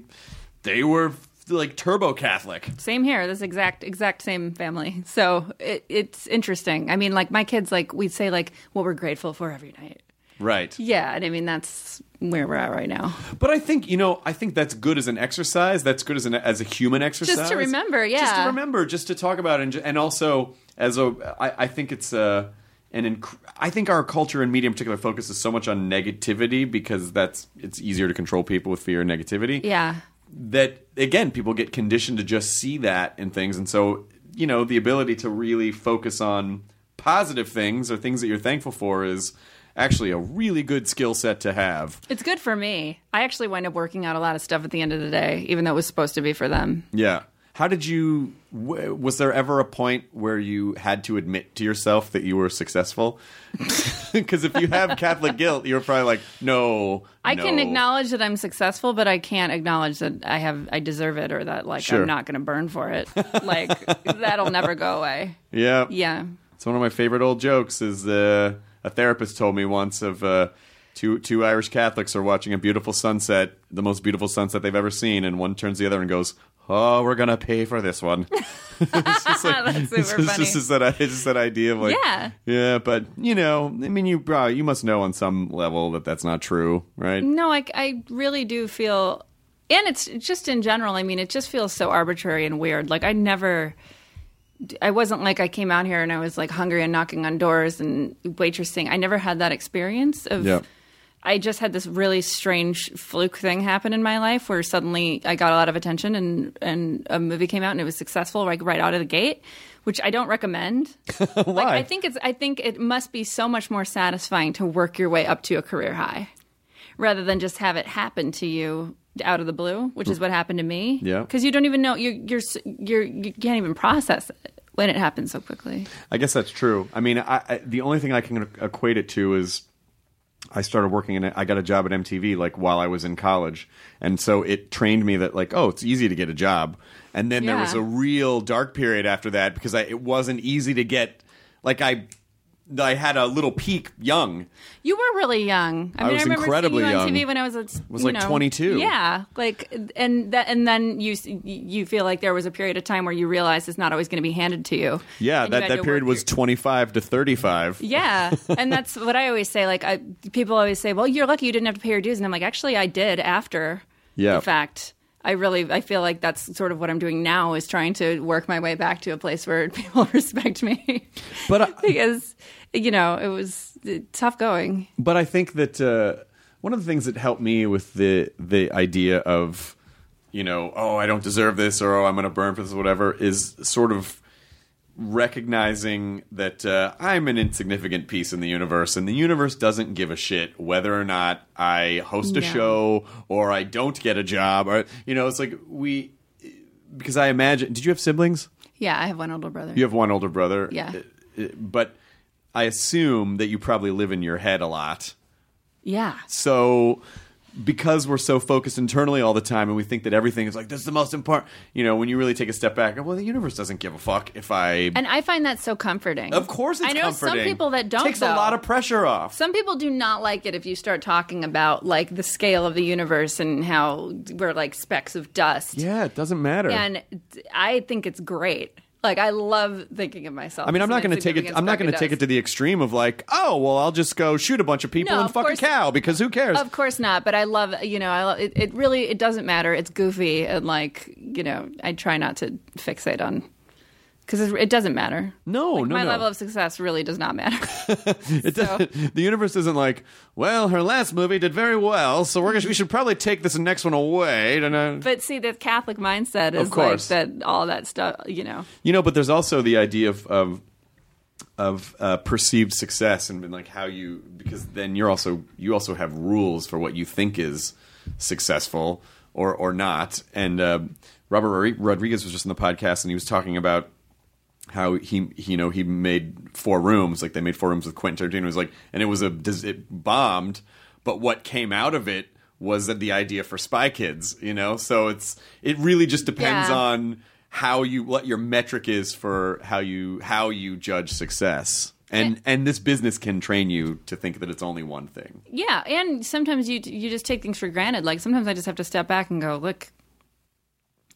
Speaker 3: they were like turbo Catholic.
Speaker 7: Same here. This exact exact same family. So it, it's interesting. I mean, like my kids, like we say, like what we're grateful for every night.
Speaker 3: Right.
Speaker 7: Yeah, and I mean that's where we're at right now.
Speaker 3: But I think you know, I think that's good as an exercise. That's good as an as a human exercise.
Speaker 7: remember,
Speaker 3: just to
Speaker 7: yeah.
Speaker 3: remember, just to talk about, and ju- and also as a, I, I think it's a, an inc- I think our culture and media in particular focuses so much on negativity because that's it's easier to control people with fear and negativity.
Speaker 7: Yeah,
Speaker 3: That again, people get conditioned to just see that in things, and so you know the ability to really focus on positive things or things that you're thankful for is actually a really good skill set to have.
Speaker 7: it's good for me. I actually wind up working out a lot of stuff at the end of the day, even though it was supposed to be for them.
Speaker 3: Yeah. How did you? W- was there ever a point where you had to admit to yourself that you were successful? Because if you have Catholic guilt, you're probably like, no.
Speaker 7: I
Speaker 3: no.
Speaker 7: can acknowledge that I'm successful, but I can't acknowledge that I have I deserve it or that like
Speaker 3: Sure.
Speaker 7: I'm not going to burn for it. like that'll never go away.
Speaker 3: Yeah.
Speaker 7: Yeah.
Speaker 3: It's one of my favorite old jokes. Is uh, a therapist told me once of. Uh, Two, two Irish Catholics are watching a beautiful sunset, the most beautiful sunset they've ever seen, and one turns to the other and goes, "Oh, we're gonna pay for this one." it's just like,
Speaker 7: That's super
Speaker 3: it's just-
Speaker 7: funny.
Speaker 3: it's just that it's just that idea of like,
Speaker 7: Yeah.
Speaker 3: Yeah, but you know, I mean, you probably you must know on some level that that's not true, right?
Speaker 7: No, I, I really do feel, and it's just in general. I mean, it just feels so arbitrary and weird. Like I never, I wasn't like I came out here and I was like hungry and knocking on doors and waitressing. I never had that experience of.
Speaker 3: Yeah.
Speaker 7: I just had this really strange fluke thing happen in my life where suddenly I got a lot of attention and and a movie came out and it was successful like right out of the gate, which I don't recommend. Why? Like, I think it's I think it must be so much more satisfying to work your way up to a career high rather than just have it happen to you out of the blue, which is what happened to me.
Speaker 3: Yeah.
Speaker 7: because you don't even know you you're s- you're you can't even process it when it happens so quickly.
Speaker 3: I guess that's true. I mean, I, I, the only thing I can equate it to is I started working in. A, I got a job at MTV like while I was in college, and so it trained me that like, oh, it's easy to get a job. And then there
Speaker 7: Yeah.
Speaker 3: was a real dark period after that because I, it wasn't easy to get. Like I, I had a little peak young.
Speaker 7: You were really young. I, mean,
Speaker 3: was
Speaker 7: I remember
Speaker 3: incredibly
Speaker 7: seeing you
Speaker 3: young.
Speaker 7: on TV when I was a,
Speaker 3: Was
Speaker 7: you
Speaker 3: like
Speaker 7: know,
Speaker 3: 22.
Speaker 7: Yeah, like and that and then you s- you feel like there was a period of time where you realize it's not always going to be handed to you.
Speaker 3: Yeah,
Speaker 7: And you
Speaker 3: that
Speaker 7: had
Speaker 3: that
Speaker 7: to
Speaker 3: period
Speaker 7: work
Speaker 3: was
Speaker 7: your-
Speaker 3: twenty five to thirty five.
Speaker 7: Yeah, and that's what I always say. Like, I, people always say, "Well, you're lucky you didn't have to pay your dues," and I'm like, "Actually, I did after
Speaker 3: Yeah.
Speaker 7: the fact." I really, I feel like that's sort of what I'm doing now is trying to work my way back to a place where people respect me.
Speaker 3: But I-
Speaker 7: because, you know, it was uh, tough going.
Speaker 3: but I think that uh, one of the things that helped me with the the idea of you know oh I don't deserve this or oh I'm going to burn for this or whatever is sort of recognizing that uh, I'm an insignificant piece in the universe, and the universe doesn't give a shit whether or not I host a show or I don't get a job, or you know, it's like we. Because I imagine, did you have siblings?
Speaker 7: Yeah, I have one older brother.
Speaker 3: You have one older brother.
Speaker 7: Yeah.
Speaker 3: Uh, uh, But I assume that you probably live in your head a lot.
Speaker 7: yeah.
Speaker 3: So because we're so focused internally all the time and we think that everything is like this is the most important you know when you really take a step back well the universe doesn't give a fuck if i
Speaker 7: And I find that so comforting.
Speaker 3: of course it's
Speaker 7: I know
Speaker 3: comforting.
Speaker 7: some people that don't
Speaker 3: takes a
Speaker 7: though.
Speaker 3: lot of pressure off
Speaker 7: Some people do not like it if you start talking about like the scale of the universe and how we're like specks of dust.
Speaker 3: yeah it doesn't matter
Speaker 7: And I think it's great. Like I love thinking of myself.
Speaker 3: I mean, I'm
Speaker 7: as
Speaker 3: not
Speaker 7: an
Speaker 3: going to take it.
Speaker 7: insignificant
Speaker 3: I'm not
Speaker 7: speck of
Speaker 3: going to take it
Speaker 7: dust.
Speaker 3: to the extreme of like, oh, well, I'll just go shoot a bunch of people
Speaker 7: No,
Speaker 3: and
Speaker 7: of
Speaker 3: fuck a
Speaker 7: course-
Speaker 3: cow because who cares?
Speaker 7: Of course not, but I love you know. I love, it, it. Really, it doesn't matter. It's goofy and like you know. I try not to fixate on because it, it doesn't matter.
Speaker 3: No,
Speaker 7: Like,
Speaker 3: no,
Speaker 7: my
Speaker 3: no.
Speaker 7: level of success really does not matter.
Speaker 3: It doesn't, the universe isn't like, well, her last movie did very well, so we're gonna, we should probably take this next one away. And, uh,
Speaker 7: but see, the Catholic
Speaker 3: Of
Speaker 7: mindset is like
Speaker 3: course.
Speaker 7: that. All that stuff, you know.
Speaker 3: You know, but there's also the idea of of, of uh, perceived success and like how you because then you're also you also have rules for what you think is successful or or not. And uh, Robert Rodri- Rodriguez was just in the podcast and he was talking about how he, he you know he made four rooms like they made four rooms with Quentin Tarantino. It was like and it was a dis- it bombed, but what came out of it was that the idea for Spy Kids, you know. So it's it really just depends
Speaker 7: Yeah.
Speaker 3: on how you what your metric is for how you how you judge success. And and this business can train you to think that it's only one thing.
Speaker 7: Yeah, and sometimes you you just take things for granted. Like sometimes I just have to step back and go, look,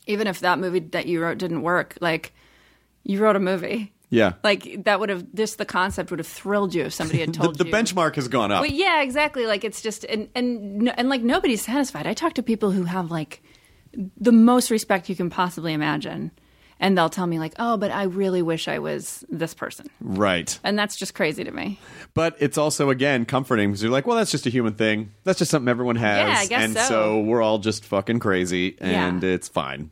Speaker 7: even if that movie that you wrote didn't work, like you wrote a movie.
Speaker 3: Yeah.
Speaker 7: Like that would have this the concept would have thrilled you if somebody had
Speaker 3: The,
Speaker 7: told
Speaker 3: the
Speaker 7: you.
Speaker 3: benchmark has gone up.
Speaker 7: But yeah, exactly. Like it's just and and no- and like nobody's satisfied. I talk to people who have like the most respect you can possibly imagine, and they'll tell me like, "Oh, but I really wish I was this person,"
Speaker 3: Right.
Speaker 7: and that's just crazy to me.
Speaker 3: But it's also again comforting because you're like, well, that's just a human thing. That's just something everyone has.
Speaker 7: Yeah, I guess
Speaker 3: and so.
Speaker 7: so.
Speaker 3: we're all just fucking crazy, and
Speaker 7: Yeah. Eh.
Speaker 3: it's fine.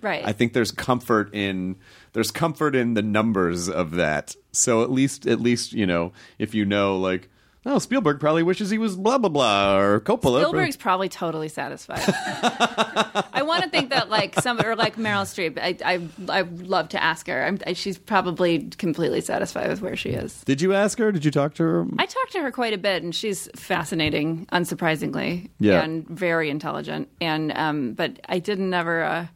Speaker 7: Right.
Speaker 3: I think there's comfort in there's comfort in the numbers of that. So at least at least you know if you know like. Oh, Spielberg probably wishes he was blah blah blah or Coppola.
Speaker 7: Spielberg's probably totally satisfied. I want to think that like some or like Meryl Streep. I I I would love to ask her. I'm, I, she's probably completely satisfied with where she is.
Speaker 3: Did you ask her? Did you talk to her?
Speaker 7: I talked to her quite a bit, and she's fascinating, unsurprisingly,
Speaker 3: Yeah.
Speaker 7: and very intelligent. And um, but I didn't ever. Uh,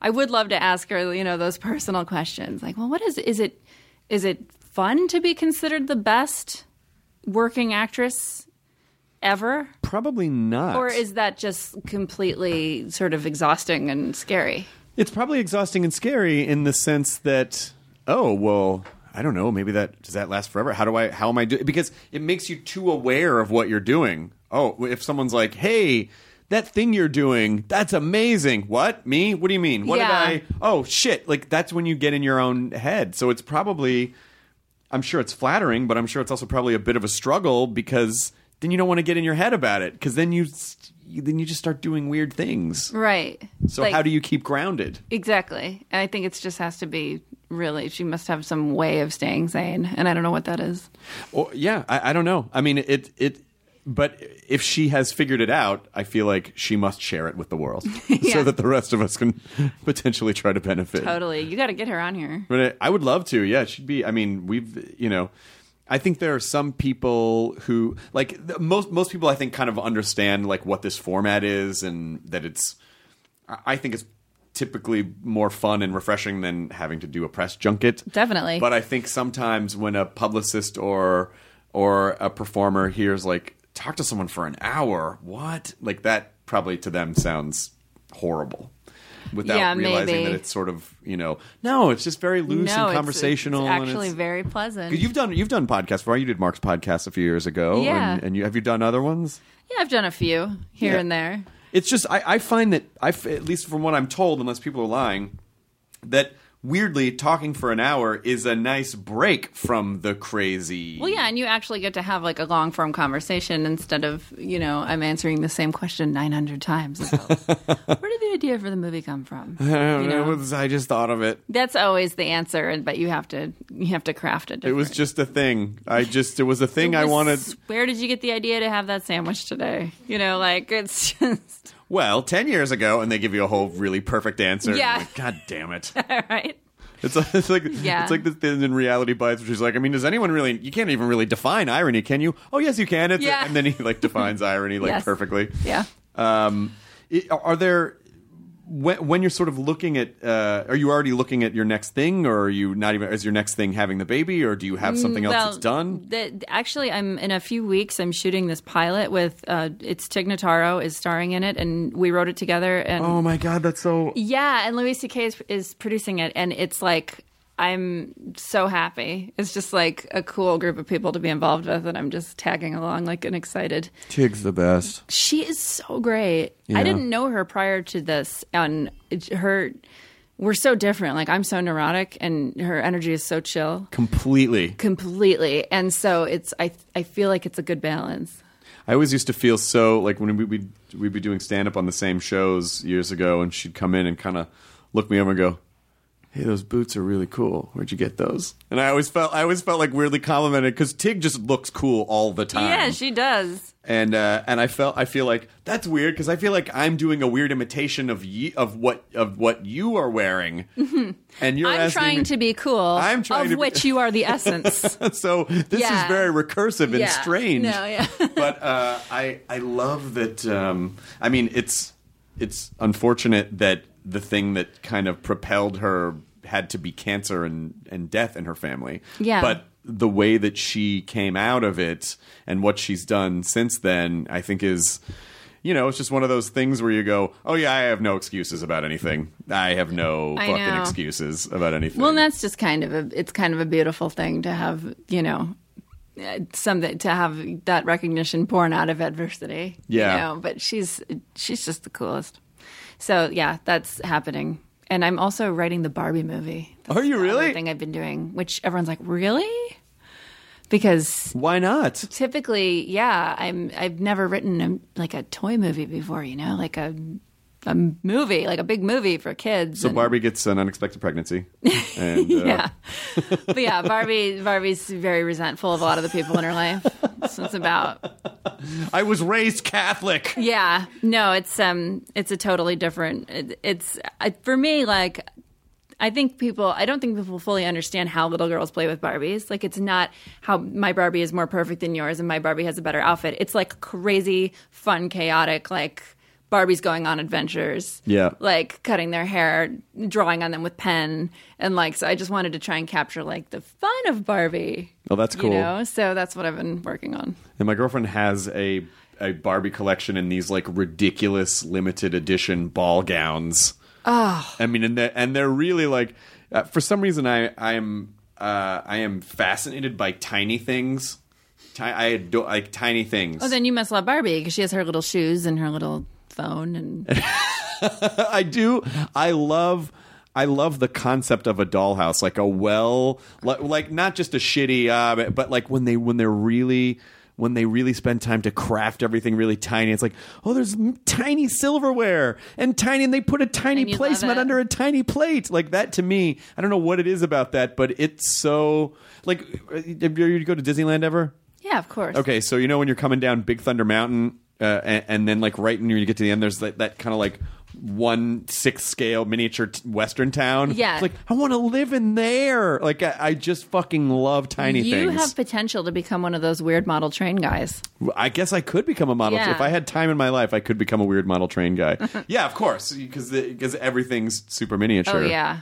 Speaker 7: I would love to ask her, you know, those personal questions, like, well, what is is it is it fun to be considered the best working actress ever?
Speaker 3: Probably not.
Speaker 7: Or is that just completely sort of exhausting and scary?
Speaker 3: It's probably exhausting and scary in the sense that oh well I don't know maybe that does that last forever how do I how am I doing because it makes you too aware of what you're doing oh if someone's like hey that thing you're doing that's amazing what me what do you mean what
Speaker 7: Yeah.
Speaker 3: did I oh shit like that's when you get in your own head so it's probably I'm sure it's flattering but I'm sure it's also probably a bit of a struggle because then you don't want to get in your head about it because then you then you just start doing weird things
Speaker 7: Right.
Speaker 3: so how do you keep grounded
Speaker 7: Exactly. And I think it just has to be really, she must have some way of staying sane. And I don't know what that is.
Speaker 3: Or, yeah, I, I don't know. I mean, it it. But if she has figured it out, I feel like she must share it with the world so
Speaker 7: Yeah.
Speaker 3: that the rest of us can potentially try to benefit.
Speaker 7: Totally. You got to get her on here.
Speaker 3: But I I would love to. Yeah, it should be. I mean, we've you know, I think there are some people who like th- most most people. I think kind of understand like what this format is and that it's. I I think it's typically more fun and refreshing than having to do a press junket.
Speaker 7: Definitely.
Speaker 3: But I think sometimes when a publicist or or a performer hears like talk to someone for an hour, what like that probably to them sounds horrible. Without
Speaker 7: Yeah,
Speaker 3: realizing
Speaker 7: maybe.
Speaker 3: that it's sort of you know no it's just very loose
Speaker 7: No,
Speaker 3: and
Speaker 7: it's-
Speaker 3: conversational
Speaker 7: It's, actually
Speaker 3: and it's,
Speaker 7: very pleasant.
Speaker 3: 'Cause you've done you've done podcasts before you did mark's podcast a few years ago
Speaker 7: Yeah.
Speaker 3: and, and you have you done other ones
Speaker 7: yeah, I've done a few here
Speaker 3: Yeah.
Speaker 7: and there.
Speaker 3: it's just I, I find that I f- at least from what I'm told, unless people are lying, that weirdly, talking for an hour is a nice break from the crazy.
Speaker 7: Well, yeah, and you actually get to have like a long form conversation instead of you know I'm answering the same question 900 times. about, Where did the idea for the movie come from? You know?
Speaker 3: I just thought of it.
Speaker 7: That's always the answer, and- but you have to you have to craft it.
Speaker 3: It was just a thing. I just it was a thing I wanted.
Speaker 7: Where did you get the idea to have that sandwich today? You know, like it's just
Speaker 3: Well, ten years ago, and they give you a whole really perfect answer. and you're
Speaker 7: Yeah.
Speaker 3: like, God damn it.
Speaker 7: all right.
Speaker 3: It's like it's like,
Speaker 7: Yeah.
Speaker 3: it's like the thing in reality bites, which is like, I mean, does anyone really? You can't even really define irony, can you? Oh yes, you can. It's
Speaker 7: Yeah.
Speaker 3: and then he like defines irony like
Speaker 7: Yes.
Speaker 3: perfectly.
Speaker 7: Yeah.
Speaker 3: Um, i- are there when, when you're sort of looking at? Uh, are you already looking at your next thing, or are you not even? Is your next thing having the baby, or do you have something else
Speaker 7: Mm, Well,
Speaker 3: that's done?
Speaker 7: The, actually, I'm in a few weeks. I'm shooting this pilot with uh, it's Tig Notaro is starring in it, and we wrote it together. And
Speaker 3: Oh my god, that's so.
Speaker 7: yeah, and Louis C.K. Is, is producing it, and it's like I'm so happy. It's just like a cool group of people to be involved with, and I'm just tagging along like an excited.
Speaker 3: Tig's the best.
Speaker 7: She is so great.
Speaker 3: Yeah.
Speaker 7: I didn't know her prior to this, and it- her we're so different. Like I'm so neurotic, and her energy is so chill
Speaker 3: Completely.
Speaker 7: completely and so it's i i feel like it's a good balance
Speaker 3: I always used to feel so like when we we'd, we'd be doing stand up on the same shows years ago, and she'd come in and kind of look me over and go, "Hey, those boots are really cool. Where'd you get those?" And I always felt I always felt like weirdly complimented because Tig just looks cool all the time.
Speaker 7: yeah she does
Speaker 3: and uh, and I felt I feel like that's weird because I feel like I'm doing a weird imitation of ye- of what of what you are wearing, and you're
Speaker 7: Mm-hmm. i'm
Speaker 3: asking
Speaker 7: trying
Speaker 3: me-
Speaker 7: to be cool
Speaker 3: I'm trying
Speaker 7: of
Speaker 3: to be-
Speaker 7: which you are the essence
Speaker 3: so this
Speaker 7: Yeah.
Speaker 3: is very recursive and
Speaker 7: Yeah.
Speaker 3: strange.
Speaker 7: No, yeah.
Speaker 3: but uh, I I love that. Um, I mean, it's it's unfortunate that the thing that kind of propelled her had to be cancer and and death in her family.
Speaker 7: Yeah.
Speaker 3: but. The way that she came out of it and what she's done since then, I think is, you know, it's just one of those things where you go, "Oh yeah, I have no excuses about anything. I have no
Speaker 7: I
Speaker 3: fucking
Speaker 7: know.
Speaker 3: excuses about anything."
Speaker 7: well and that's just kind of a it's kind of a beautiful thing to have you know uh, something to have that recognition born out of adversity
Speaker 3: Yeah.
Speaker 7: you know? but she's she's just the coolest so yeah that's happening and i'm also writing the barbie movie that's
Speaker 3: Are you
Speaker 7: the other
Speaker 3: really?
Speaker 7: thing i've been doing which everyone's like really because
Speaker 3: Why not?
Speaker 7: typically yeah i'm i've never written a, like a toy movie before you know like a a movie like a big movie for kids
Speaker 3: So
Speaker 7: and-
Speaker 3: Barbie gets an unexpected pregnancy. And, uh,
Speaker 7: yeah but yeah barbie barbie's very resentful of a lot of the people in her life so it's about
Speaker 3: I was raised Catholic.
Speaker 7: yeah no it's um it's a totally different it, it's I, for me like I think people, I don't think people fully understand how little girls play with Barbies. Like, it's not how my Barbie is more perfect than yours and my Barbie has a better outfit. It's like crazy, fun, chaotic, like Barbie's going on adventures.
Speaker 3: Yeah.
Speaker 7: Like, cutting their hair, drawing on them with pen. And, like, so I just wanted to try and capture, like, the fun of Barbie.
Speaker 3: Oh, that's cool.
Speaker 7: You know? So that's what I've been working on.
Speaker 3: And my girlfriend has a a Barbie collection in these like ridiculous limited edition ball gowns.
Speaker 7: Ah.
Speaker 3: Oh. I mean, and they're, and they're really like uh, for some reason I I'm uh, I am fascinated by tiny things. Ti- I adore like tiny things.
Speaker 7: Oh, then you must love Barbie because she has her little shoes and her little phone and
Speaker 3: I do. I love. I love the concept of a dollhouse, like a well, like, like not just a shitty, uh, but, but like when they when they're really when they really spend time to craft everything really tiny. It's like oh, there's m- tiny silverware and tiny, and they put a tiny
Speaker 7: And you
Speaker 3: placemat
Speaker 7: love it.
Speaker 3: under a tiny plate. Like that to me, I don't know what it is about that, but it's so like. uh, Did you go to Disneyland ever?
Speaker 7: yeah, of course.
Speaker 3: Okay, so you know when you're coming down Big Thunder Mountain, uh, and, and then like right near you get to the end, there's that, that kind of like one sixth scale miniature t- western town.
Speaker 7: Yeah.
Speaker 3: it's like I want to live in there. Like I, I just fucking love tiny
Speaker 7: You
Speaker 3: things.
Speaker 7: have potential to become one of those weird model train guys.
Speaker 3: I guess I could become a model
Speaker 7: Yeah.
Speaker 3: if I had time in my life. I could become a weird model train guy. yeah, of course, because because everything's super miniature.
Speaker 7: Oh yeah.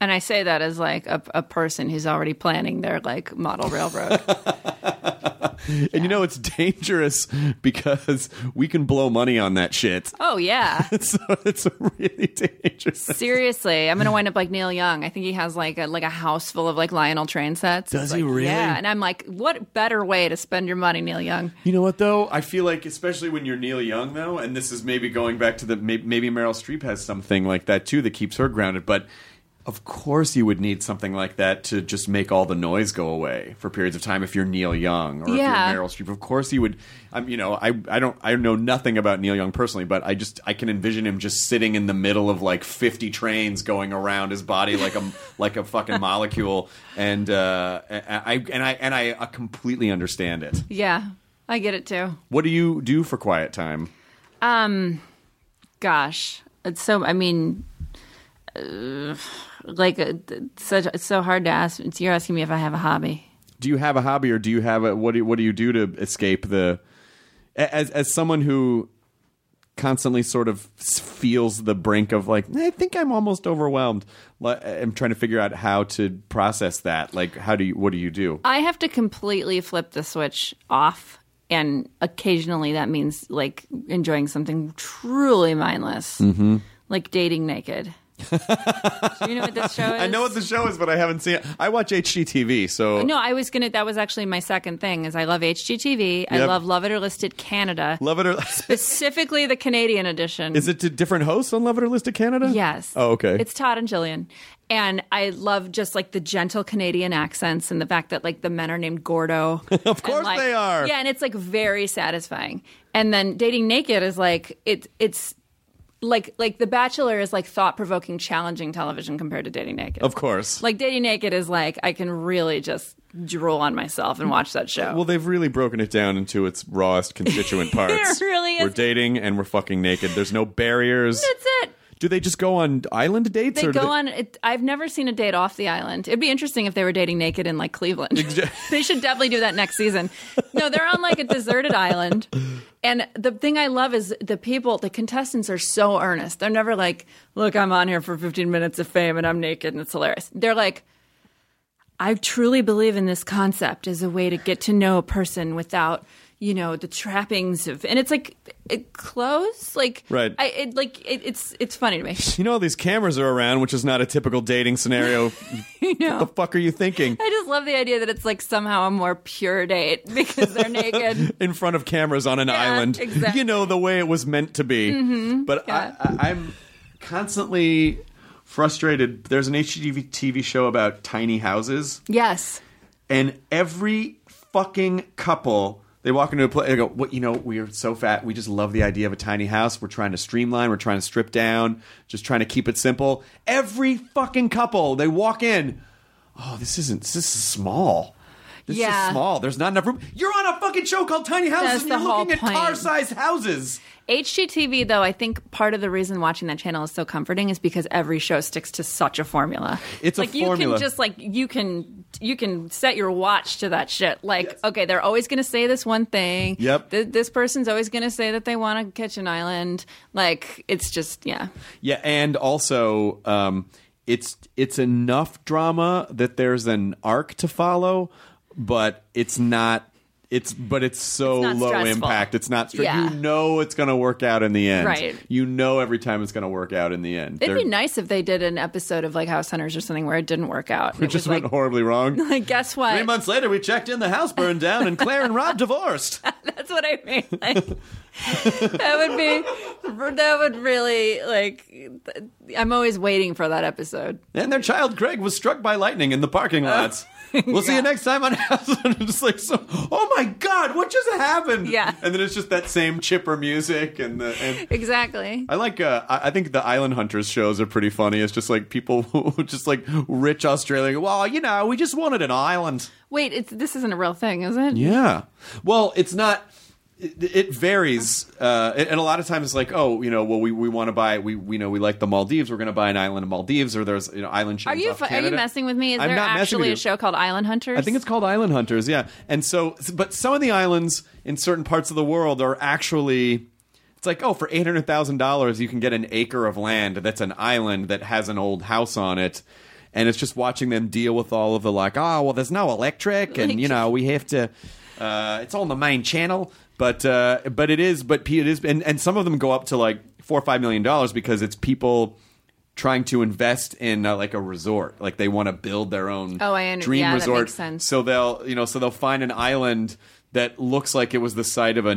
Speaker 7: And I say that as like a, a person who's already planning their like model railroad.
Speaker 3: and you know it's dangerous because we can blow money on that shit.
Speaker 7: oh yeah.
Speaker 3: so it's really dangerous.
Speaker 7: Seriously, I'm gonna wind up like Neil Young. I think he has like a like a house full of like Lionel train sets.
Speaker 3: Does
Speaker 7: It's
Speaker 3: he
Speaker 7: like,
Speaker 3: really?
Speaker 7: Yeah, and I'm like, what better way to spend your money, Neil Young?
Speaker 3: You know what though? I feel like especially when you're Neil Young though, and this is maybe going back to the may- maybe Meryl Streep has something like that too that keeps her grounded, but Of course, you would need something like that to just make all the noise go away for periods of time. If you're Neil Young or if
Speaker 7: Yeah.
Speaker 3: you're Meryl Streep, of course you would. I'm, you know, I, I don't, I know nothing about Neil Young personally, but I just, I can envision him just sitting in the middle of like 50 trains going around his body like a, like a fucking molecule, and uh, I, I- and I, and I uh, completely understand it.
Speaker 7: Yeah, I get it too.
Speaker 3: What do you do for quiet time?
Speaker 7: Um, gosh, it's so. I mean, uh, like uh, th- such. It's so hard to ask. It's, you're asking me if I have a hobby.
Speaker 3: do you have a hobby or do you have a what do you, what do you do to escape the a- as as someone who constantly sort of s- feels the brink of like I think I'm almost overwhelmed li- I'm trying to figure out how to process that like how do you what do you do
Speaker 7: I have to completely flip the switch off. And occasionally that means like enjoying something truly mindless, mm-hmm. like dating naked. Do you know what this show is?
Speaker 3: I know what the show is but I haven't seen it I watch HGTV so
Speaker 7: No, I was gonna. That was actually my second thing. Is I love HGTV. I
Speaker 3: Yep.
Speaker 7: love Love It or List It Canada,
Speaker 3: Love It or
Speaker 7: specifically the Canadian edition.
Speaker 3: Is it to different hosts on Love It or List of Canada
Speaker 7: Yes.
Speaker 3: Oh okay
Speaker 7: It's Todd and Jillian. And I love just like the gentle Canadian accents and the fact that like the men are named Gordo. of
Speaker 3: course they are.
Speaker 7: Yeah, and it's like very satisfying. And then dating naked is like it it's like like The Bachelor is like thought provoking, challenging television compared to dating naked.
Speaker 3: of course
Speaker 7: Like dating naked is like I can really just drool on myself and watch that show.
Speaker 3: well, they've really broken it down into its rawest constituent parts.
Speaker 7: really is.
Speaker 3: We're dating and we're fucking naked. There's no barriers.
Speaker 7: that's it.
Speaker 3: Do they just go on island dates?
Speaker 7: They
Speaker 3: or do
Speaker 7: go
Speaker 3: they-
Speaker 7: on. It, I've never seen a date off the island. It'd be interesting if they were dating naked in like Cleveland. they should definitely do that next season. No, they're on like a deserted island. And the thing I love is the people, the contestants are so earnest. They're never like, look, I'm on here for 15 minutes of fame and I'm naked and it's hilarious. They're like, I truly believe in this concept as a way to get to know a person without, you know, the trappings of, and it's like, it close, like,
Speaker 3: Right.
Speaker 7: I, it, like, it, it's, it's funny to me.
Speaker 3: You know, these cameras are around, which is not a typical dating scenario.
Speaker 7: You know?
Speaker 3: the fuck are you thinking?
Speaker 7: I just love the idea that it's like somehow a more pure date because they're naked.
Speaker 3: In front of cameras on an island.
Speaker 7: exactly. Mm-hmm.
Speaker 3: You know, the way it was meant to be. But I, I, I'm constantly frustrated. There's an HGTV TV show about tiny houses.
Speaker 7: Yes.
Speaker 3: and every fucking couple they walk into a place they go what you know we are so fat we just love the idea of a tiny house we're trying to streamline we're trying to strip down just trying to keep it simple every fucking couple they walk in oh this isn't this is small this
Speaker 7: Yeah.
Speaker 3: is small there's not enough room you're on a fucking show called tiny houses
Speaker 7: That's
Speaker 3: and
Speaker 7: the
Speaker 3: you're
Speaker 7: whole
Speaker 3: looking
Speaker 7: point.
Speaker 3: at car-sized houses
Speaker 7: HGTV, though, I think part of the reason watching that channel is so comforting is because every show sticks to such a formula.
Speaker 3: It's a
Speaker 7: like you
Speaker 3: formula.
Speaker 7: can just like you can you can set your watch to that shit. Like, okay, they're always going to say this one thing.
Speaker 3: Yep.
Speaker 7: Th- this person's always going to say that they want a kitchen island. Like, it's just yeah.
Speaker 3: Yeah, and also um, it's it's enough drama that there's an arc to follow, but it's not. It's but it's so
Speaker 7: It's not
Speaker 3: low
Speaker 7: stressful.
Speaker 3: impact. It's not. Str-
Speaker 7: Yeah.
Speaker 3: You know it's going to work out in the end.
Speaker 7: Right.
Speaker 3: You know every time it's going to work out in the end.
Speaker 7: It'd
Speaker 3: They're-
Speaker 7: be nice if they did an episode of like House Hunters or something where it didn't work out. and
Speaker 3: It
Speaker 7: was
Speaker 3: just
Speaker 7: like,
Speaker 3: went horribly wrong.
Speaker 7: like, guess what?
Speaker 3: Three months later, we checked in. The house burned down, and Claire and Rob divorced.
Speaker 7: That's what I mean. Like, that would be, that would really like. th- I'm always waiting for that episode.
Speaker 3: And their child Greg was struck by lightning in the parking lots. we'll see you next time on House. And I'm just like, so, oh my god, what just happened?
Speaker 7: Yeah.
Speaker 3: And then it's just that same chipper music and the. And
Speaker 7: Exactly.
Speaker 3: I like. Uh, I I think the Island Hunters shows are pretty funny. It's just like people, who just like rich Australian. Well, you know, we just wanted an island.
Speaker 7: Wait, it's this isn't a real thing, is it?
Speaker 3: Yeah. Well, it's not. It, it varies, uh, and and a lot of times it's like, oh, you know, well, we, we want to buy, we we know we like the Maldives, we're going to buy an island in Maldives, or there's you know island
Speaker 7: Are
Speaker 3: chains.
Speaker 7: you
Speaker 3: off
Speaker 7: fu- are you
Speaker 3: Canada.
Speaker 7: messing with me? Is
Speaker 3: I'm
Speaker 7: there
Speaker 3: not messing with
Speaker 7: actually
Speaker 3: you.
Speaker 7: a show called Island Hunters?
Speaker 3: I think it's called Island Hunters, yeah. And so, but some of the islands in certain parts of the world are actually. It's like, oh, for eight hundred thousand dollars, you can get an acre of land that's an island that has an old house on it, and it's just watching them deal with all of the like, oh, well, there's no electric, and you know, we have to. Uh, it's on the main channel, but uh, but it is, but it is, and and some of them go up to like four or five million dollars because it's people trying to invest in uh, like a resort, like they want to build their own
Speaker 7: Oh, I under-
Speaker 3: dream
Speaker 7: yeah, that
Speaker 3: resort.
Speaker 7: makes sense.
Speaker 3: So they'll you know so they'll find an island that looks like it was the site of a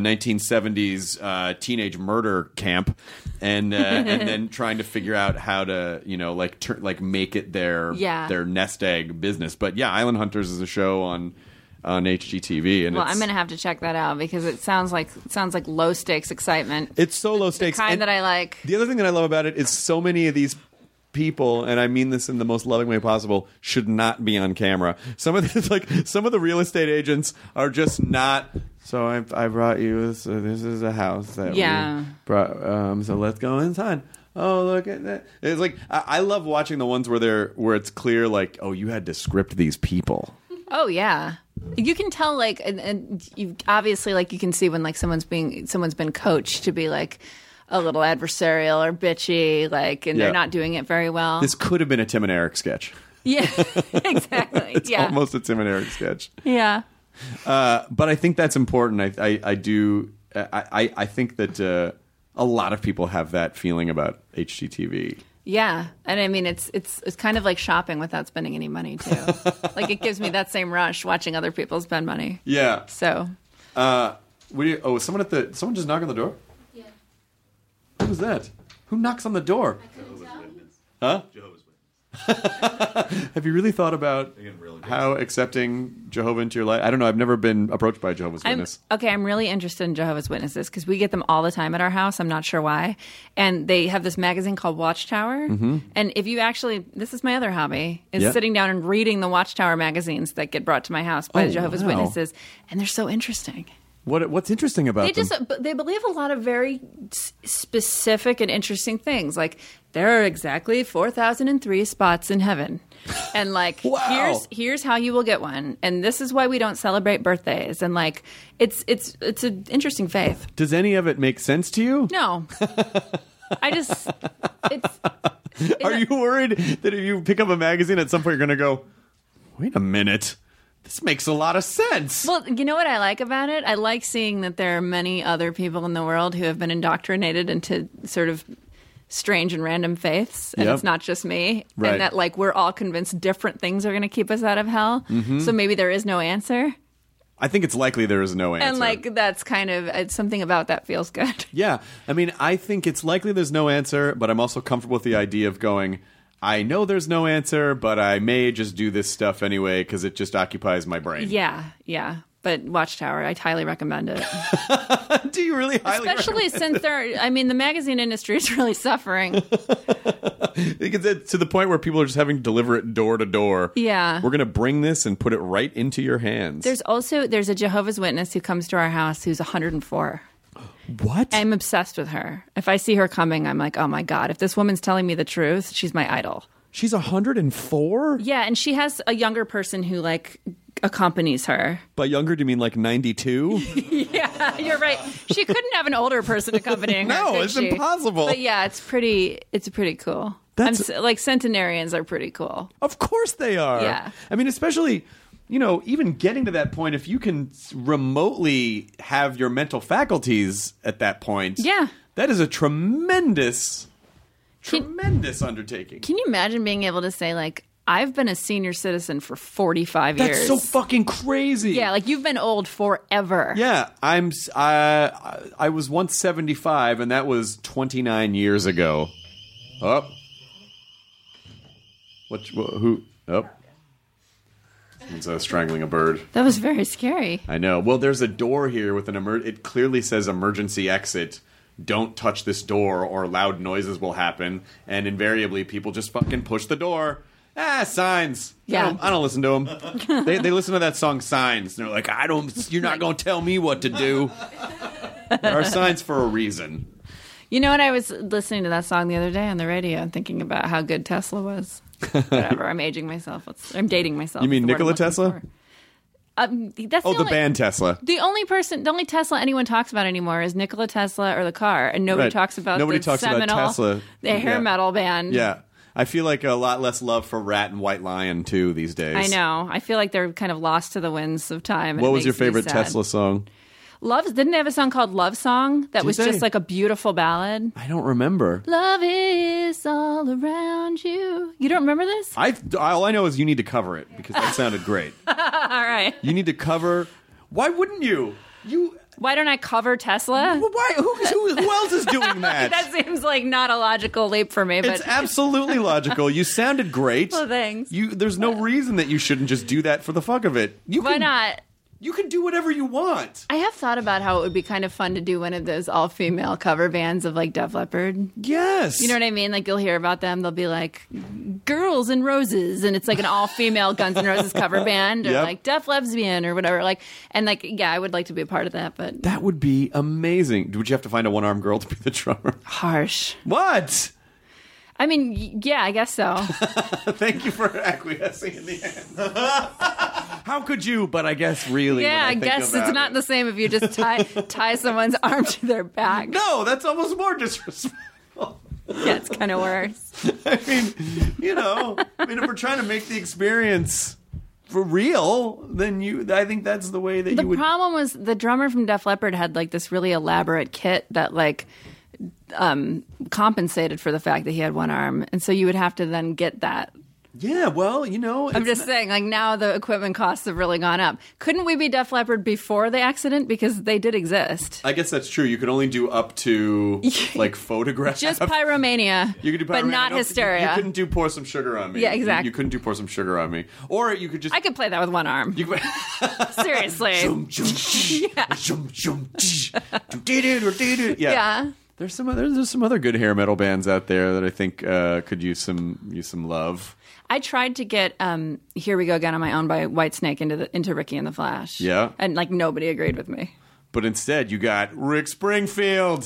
Speaker 3: 1970s uh, teenage murder camp, and uh, and then trying to figure out how to you know like tur like make it their
Speaker 7: Yeah.
Speaker 3: their nest egg business. But yeah, Island Hunters is a show on on HGTV, and
Speaker 7: Well,
Speaker 3: it's,
Speaker 7: I'm gonna have to check that out because it sounds like it sounds like low stakes excitement,
Speaker 3: it's so low stakes.
Speaker 7: kind
Speaker 3: and-
Speaker 7: that I like.
Speaker 3: The other thing that I love about it is so many of these people, and I mean this in the most loving way possible, should not be on camera. Some of the, like some of the real estate agents are just not. So I, I brought you this. uh, This is a house that
Speaker 7: Yeah.
Speaker 3: we brought. Um, so let's go inside. Oh look at that! It's like I, I love watching the ones where they're where it's clear like oh you had to script these people.
Speaker 7: Oh yeah, you can tell like, and, and you obviously like you can see when like someone's being someone's been coached to be like a little adversarial or bitchy, like, and
Speaker 3: Yeah.
Speaker 7: they're not doing it very well.
Speaker 3: This could have been a Tim and Eric sketch.
Speaker 7: yeah, exactly. yeah,
Speaker 3: Almost a Tim and Eric sketch.
Speaker 7: yeah.
Speaker 3: Uh, but I think that's important. I I, I do. I, I I think that uh, a lot of people have that feeling about HGTV.
Speaker 7: Yeah, and I mean it's it's it's kind of like shopping without spending any money too. like it gives me that same rush watching other people spend money.
Speaker 3: Yeah.
Speaker 7: So
Speaker 3: Uh, what do you, oh, someone at the someone just knocked on the door. Yeah. Who was that? Who knocks on the door? Huh? Have you really thought about how accepting Jehovah into your life? I don't know. I've never been approached by a Jehovah's
Speaker 7: I'm
Speaker 3: Witness.
Speaker 7: okay. I'm really interested in Jehovah's Witnesses because we get them all the time at our house. I'm not sure why, and they have this magazine called Watchtower. And if you actually, this is my other hobby, is
Speaker 3: Mm-hmm. Yeah.
Speaker 7: sitting down and reading the Watchtower magazines that get brought to my house by
Speaker 3: Oh,
Speaker 7: Jehovah's
Speaker 3: wow.
Speaker 7: Witnesses, and they're so interesting.
Speaker 3: What What's interesting about
Speaker 7: they
Speaker 3: them?
Speaker 7: just uh, but they believe a lot of very s- specific and interesting things like there are exactly 4003 spots in heaven and like
Speaker 3: Wow.
Speaker 7: here's here's how you will get one and this is why we don't celebrate birthdays and like it's it's it's an interesting faith
Speaker 3: Does any of it make sense to you?
Speaker 7: no i just it's
Speaker 3: Are you worried that if you pick up a magazine at some point you're going to go, wait a minute, this makes a lot of sense?
Speaker 7: Well, you know what I like about it? I like seeing that there are many other people in the world who have been indoctrinated into sort of strange and random faiths, and
Speaker 3: Yep.
Speaker 7: it's not just me.
Speaker 3: Right.
Speaker 7: And that, like, we're all convinced different things are going to keep us out of hell. So maybe there is no answer.
Speaker 3: I think it's likely there is no answer.
Speaker 7: And, like, that's kind of it's something about that feels good.
Speaker 3: yeah, I mean, I think it's likely there's no answer, but I'm also comfortable with the idea of going. I know there's no answer, but I may just do this stuff anyway because it just occupies my brain.
Speaker 7: yeah, yeah. But Watchtower, I highly recommend it.
Speaker 3: Do you really highly
Speaker 7: Especially since there, I mean, the magazine industry is really suffering.
Speaker 3: It gets it to the point where people are just having to deliver it door to door.
Speaker 7: Yeah.
Speaker 3: We're going to bring this and put it right into your hands.
Speaker 7: There's also there's a Jehovah's Witness who comes to our house who's 104.
Speaker 3: what?
Speaker 7: I'm obsessed with her. If I see her coming, I'm like, oh my God, if this woman's telling me the truth, she's my idol.
Speaker 3: She's 104?
Speaker 7: Yeah, and she has a younger person who like accompanies her.
Speaker 3: By younger, do you mean like 92?
Speaker 7: Yeah, you're right. She couldn't have an older person accompanying her.
Speaker 3: No,
Speaker 7: could
Speaker 3: it's
Speaker 7: she?
Speaker 3: impossible.
Speaker 7: But yeah, it's pretty it's pretty cool.
Speaker 3: That's-
Speaker 7: I'm, s- like centenarians are pretty cool.
Speaker 3: Of course they are.
Speaker 7: Yeah.
Speaker 3: I mean, especially, you know, even getting to that point, if you can s- remotely have your mental faculties at that point.
Speaker 7: Yeah.
Speaker 3: That is a tremendous,
Speaker 7: Can-
Speaker 3: tremendous undertaking.
Speaker 7: Can you imagine being able to say like I've been a senior citizen for 45
Speaker 3: That's
Speaker 7: years?
Speaker 3: so fucking crazy.
Speaker 7: yeah, like you've been old forever.
Speaker 3: Yeah, I'm. s- I I was once 75, and that was 29 years ago. Up. What? wh- Who? Up. Someone's uh, strangling a bird.
Speaker 7: That was very scary.
Speaker 3: I know. Well, there's a door here with an emer- it clearly says emergency exit. Don't touch this door or loud noises will happen. And invariably, people just fucking push the door. Ah, signs.
Speaker 7: Yeah.
Speaker 3: I don't, I don't listen to them. they, they listen to that song Signs and they're like, I don't, you're not going to tell me what to do. there are signs for a reason.
Speaker 7: You know what? I was listening to that song the other day on the radio and thinking about how good Tesla was. Whatever. I'm aging myself. Let's, I'm dating myself.
Speaker 3: You mean
Speaker 7: is the
Speaker 3: Nikola
Speaker 7: word I'm
Speaker 3: Tesla?
Speaker 7: looking for. Um, that's
Speaker 3: Oh, the
Speaker 7: the, only,
Speaker 3: band Tesla.
Speaker 7: The only person, the only Tesla anyone talks about anymore is Nikola Tesla or the car, and nobody
Speaker 3: Right.
Speaker 7: talks about
Speaker 3: Nobody
Speaker 7: the
Speaker 3: talks about
Speaker 7: seminal,
Speaker 3: Tesla.
Speaker 7: the hair
Speaker 3: Yeah.
Speaker 7: metal band.
Speaker 3: Yeah. I feel like a lot less love for Rat and White Lion, too, these days.
Speaker 7: I know. I feel like they're kind of lost to the winds of time. and
Speaker 3: What
Speaker 7: it
Speaker 3: was your
Speaker 7: makes me
Speaker 3: favorite
Speaker 7: sad.
Speaker 3: Tesla song?
Speaker 7: Love didn't they have a song called Love Song that was
Speaker 3: they?
Speaker 7: just like a beautiful ballad.
Speaker 3: I don't remember.
Speaker 7: Love is all around you. You don't remember this?
Speaker 3: I all I know is you need to cover it because that sounded great.
Speaker 7: All right.
Speaker 3: You need to cover. Why wouldn't you? You.
Speaker 7: Why don't I cover Tesla?
Speaker 3: Well, why? Who, who, who else is doing that?
Speaker 7: that seems like not a logical leap for me, but
Speaker 3: it's absolutely logical. You sounded great.
Speaker 7: Well, thanks.
Speaker 3: You, there's no reason that you shouldn't just do that for the fuck of it. You
Speaker 7: why
Speaker 3: can,
Speaker 7: not?
Speaker 3: You can do whatever you want.
Speaker 7: I have thought about how it would be kind of fun to do one of those all female cover bands of like Def Leppard.
Speaker 3: Yes.
Speaker 7: You know what I mean? Like you'll hear about them. They'll be like girls and roses, and it's like an all female Guns N' Roses cover band, or
Speaker 3: Yep.
Speaker 7: like Def Lesbian, or whatever. Like and like yeah, I would like to be a part of that, but
Speaker 3: That would be amazing. Would you have to find a one armed girl to be the drummer?
Speaker 7: harsh.
Speaker 3: What?
Speaker 7: I mean, y- yeah, I guess so.
Speaker 3: Thank you for acquiescing in the end. How could you? But I guess really. when
Speaker 7: yeah, I,
Speaker 3: think
Speaker 7: guess
Speaker 3: about
Speaker 7: it's not
Speaker 3: it.
Speaker 7: the same if you just tie tie someone's arm to their back.
Speaker 3: No, that's almost more disrespectful.
Speaker 7: Yeah, it's kind of worse.
Speaker 3: I mean, you know, I mean, if we're trying to make the experience for real, then you, I think that's the way that
Speaker 7: The
Speaker 3: you would.
Speaker 7: problem was the drummer from Def Leppard had like this really elaborate kit that like um, compensated for the fact that he had one arm, and so you would have to then get that.
Speaker 3: yeah, well, you know,
Speaker 7: I'm
Speaker 3: it's
Speaker 7: just saying, like now the equipment costs have really gone up. Couldn't we be Def Leppard before the accident because they did exist?
Speaker 3: I guess that's true. You could only do up to like photographs.
Speaker 7: Just pyromania,
Speaker 3: You could do
Speaker 7: but
Speaker 3: Pyromania.
Speaker 7: not
Speaker 3: No, you- You,
Speaker 7: hysteria.
Speaker 3: couldn't do pour some sugar on me.
Speaker 7: Yeah,
Speaker 3: You-
Speaker 7: exact-
Speaker 3: You, couldn't do pour some sugar on me, or you could just.
Speaker 7: I could play that with one arm.
Speaker 3: You could,
Speaker 7: Seriously,
Speaker 3: Zoom, zoom, tsh, zoom, zoom, tsh, do, do, do, do, do, do. yeah.
Speaker 7: yeah.
Speaker 3: There's some other there's some other good hair metal bands out there that I think uh, could use some use some love.
Speaker 7: I tried to get um, "Here We Go Again" on my own by Whitesnake into the, into Ricky and the Flash.
Speaker 3: Yeah.
Speaker 7: and like nobody agreed with me.
Speaker 3: But instead, you got Rick
Speaker 7: Oh
Speaker 3: Springfield,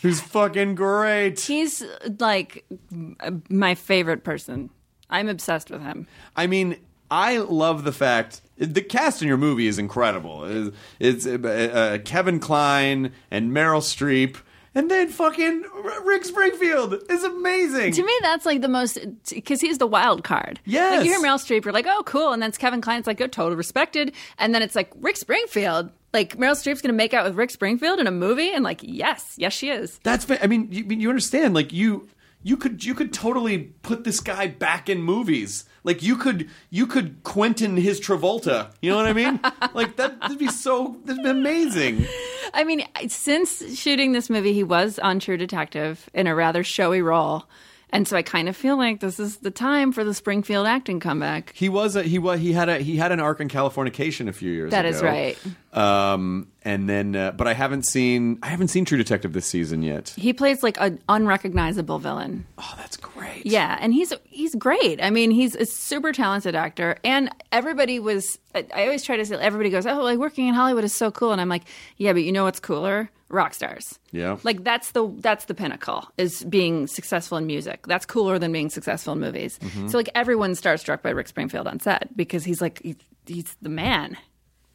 Speaker 3: who's fucking great.
Speaker 7: He's like m- my favorite person. I'm obsessed with him.
Speaker 3: I mean, I love the fact the cast in your movie is incredible. It's, it's uh, uh, Kevin Klein and Meryl Streep, and then fucking R- Rick Springfield is amazing.
Speaker 7: To me, that's like the most because he's the wild card.
Speaker 3: Yes.
Speaker 7: like you hear Meryl Streep, you're like, oh, cool, and then it's Kevin Klein. It's like, oh, totally respected, and then it's like Rick Springfield. Like Meryl Streep's gonna make out with Rick Springfield in a movie, and like, yes, yes, she is.
Speaker 3: That's fa- I mean, you, I mean, you understand? Like you, you could you could totally put this guy back in movies. Like you could you could Quentin his Travolta. You know what I mean? like that, that'd be so that'd be amazing.
Speaker 7: I mean, since shooting this movie, he was on True Detective in a rather showy role, and so I kind of feel like this is the time for the Springfield acting comeback.
Speaker 3: He was a, he was he had a he had an arc in Californication a few years
Speaker 7: That
Speaker 3: ago.
Speaker 7: is right.
Speaker 3: Um, and then uh, but I haven't seen I haven't seen True Detective this season yet.
Speaker 7: He plays like an unrecognizable villain.
Speaker 3: Oh, that's great.
Speaker 7: Yeah, and he's he's great. I mean, he's a super talented actor, and everybody was. I I always try to say everybody goes, "Oh, like working in Hollywood is so cool," and I'm like, "Yeah, but you know what's cooler? Rock stars.
Speaker 3: Yeah.
Speaker 7: like that's the that's the pinnacle is being successful in music. That's cooler than being successful in movies.
Speaker 3: Mm-hmm.
Speaker 7: So like everyone's starstruck by Rick Springfield on set because he's like he, he's the man,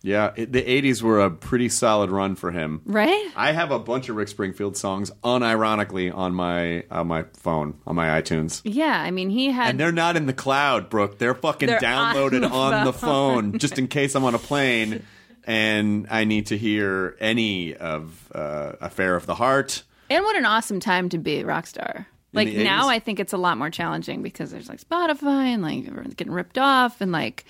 Speaker 3: Yeah, it, the 80s were a pretty solid run for him.
Speaker 7: right?
Speaker 3: I have a bunch of Rick Springfield songs unironically on my on my phone, on my iTunes.
Speaker 7: Yeah, I mean, he had
Speaker 3: And they're not in the cloud, Brooke. They're fucking
Speaker 7: They're
Speaker 3: downloaded on,
Speaker 7: on the
Speaker 3: the phone. just in case I'm on a plane and I need to hear any of uh, Affair of the Heart.
Speaker 7: And what an awesome time to be a rock star. Like
Speaker 3: the
Speaker 7: now
Speaker 3: 80s?
Speaker 7: I think it's a lot more challenging because there's like Spotify and like everyone's getting ripped off and like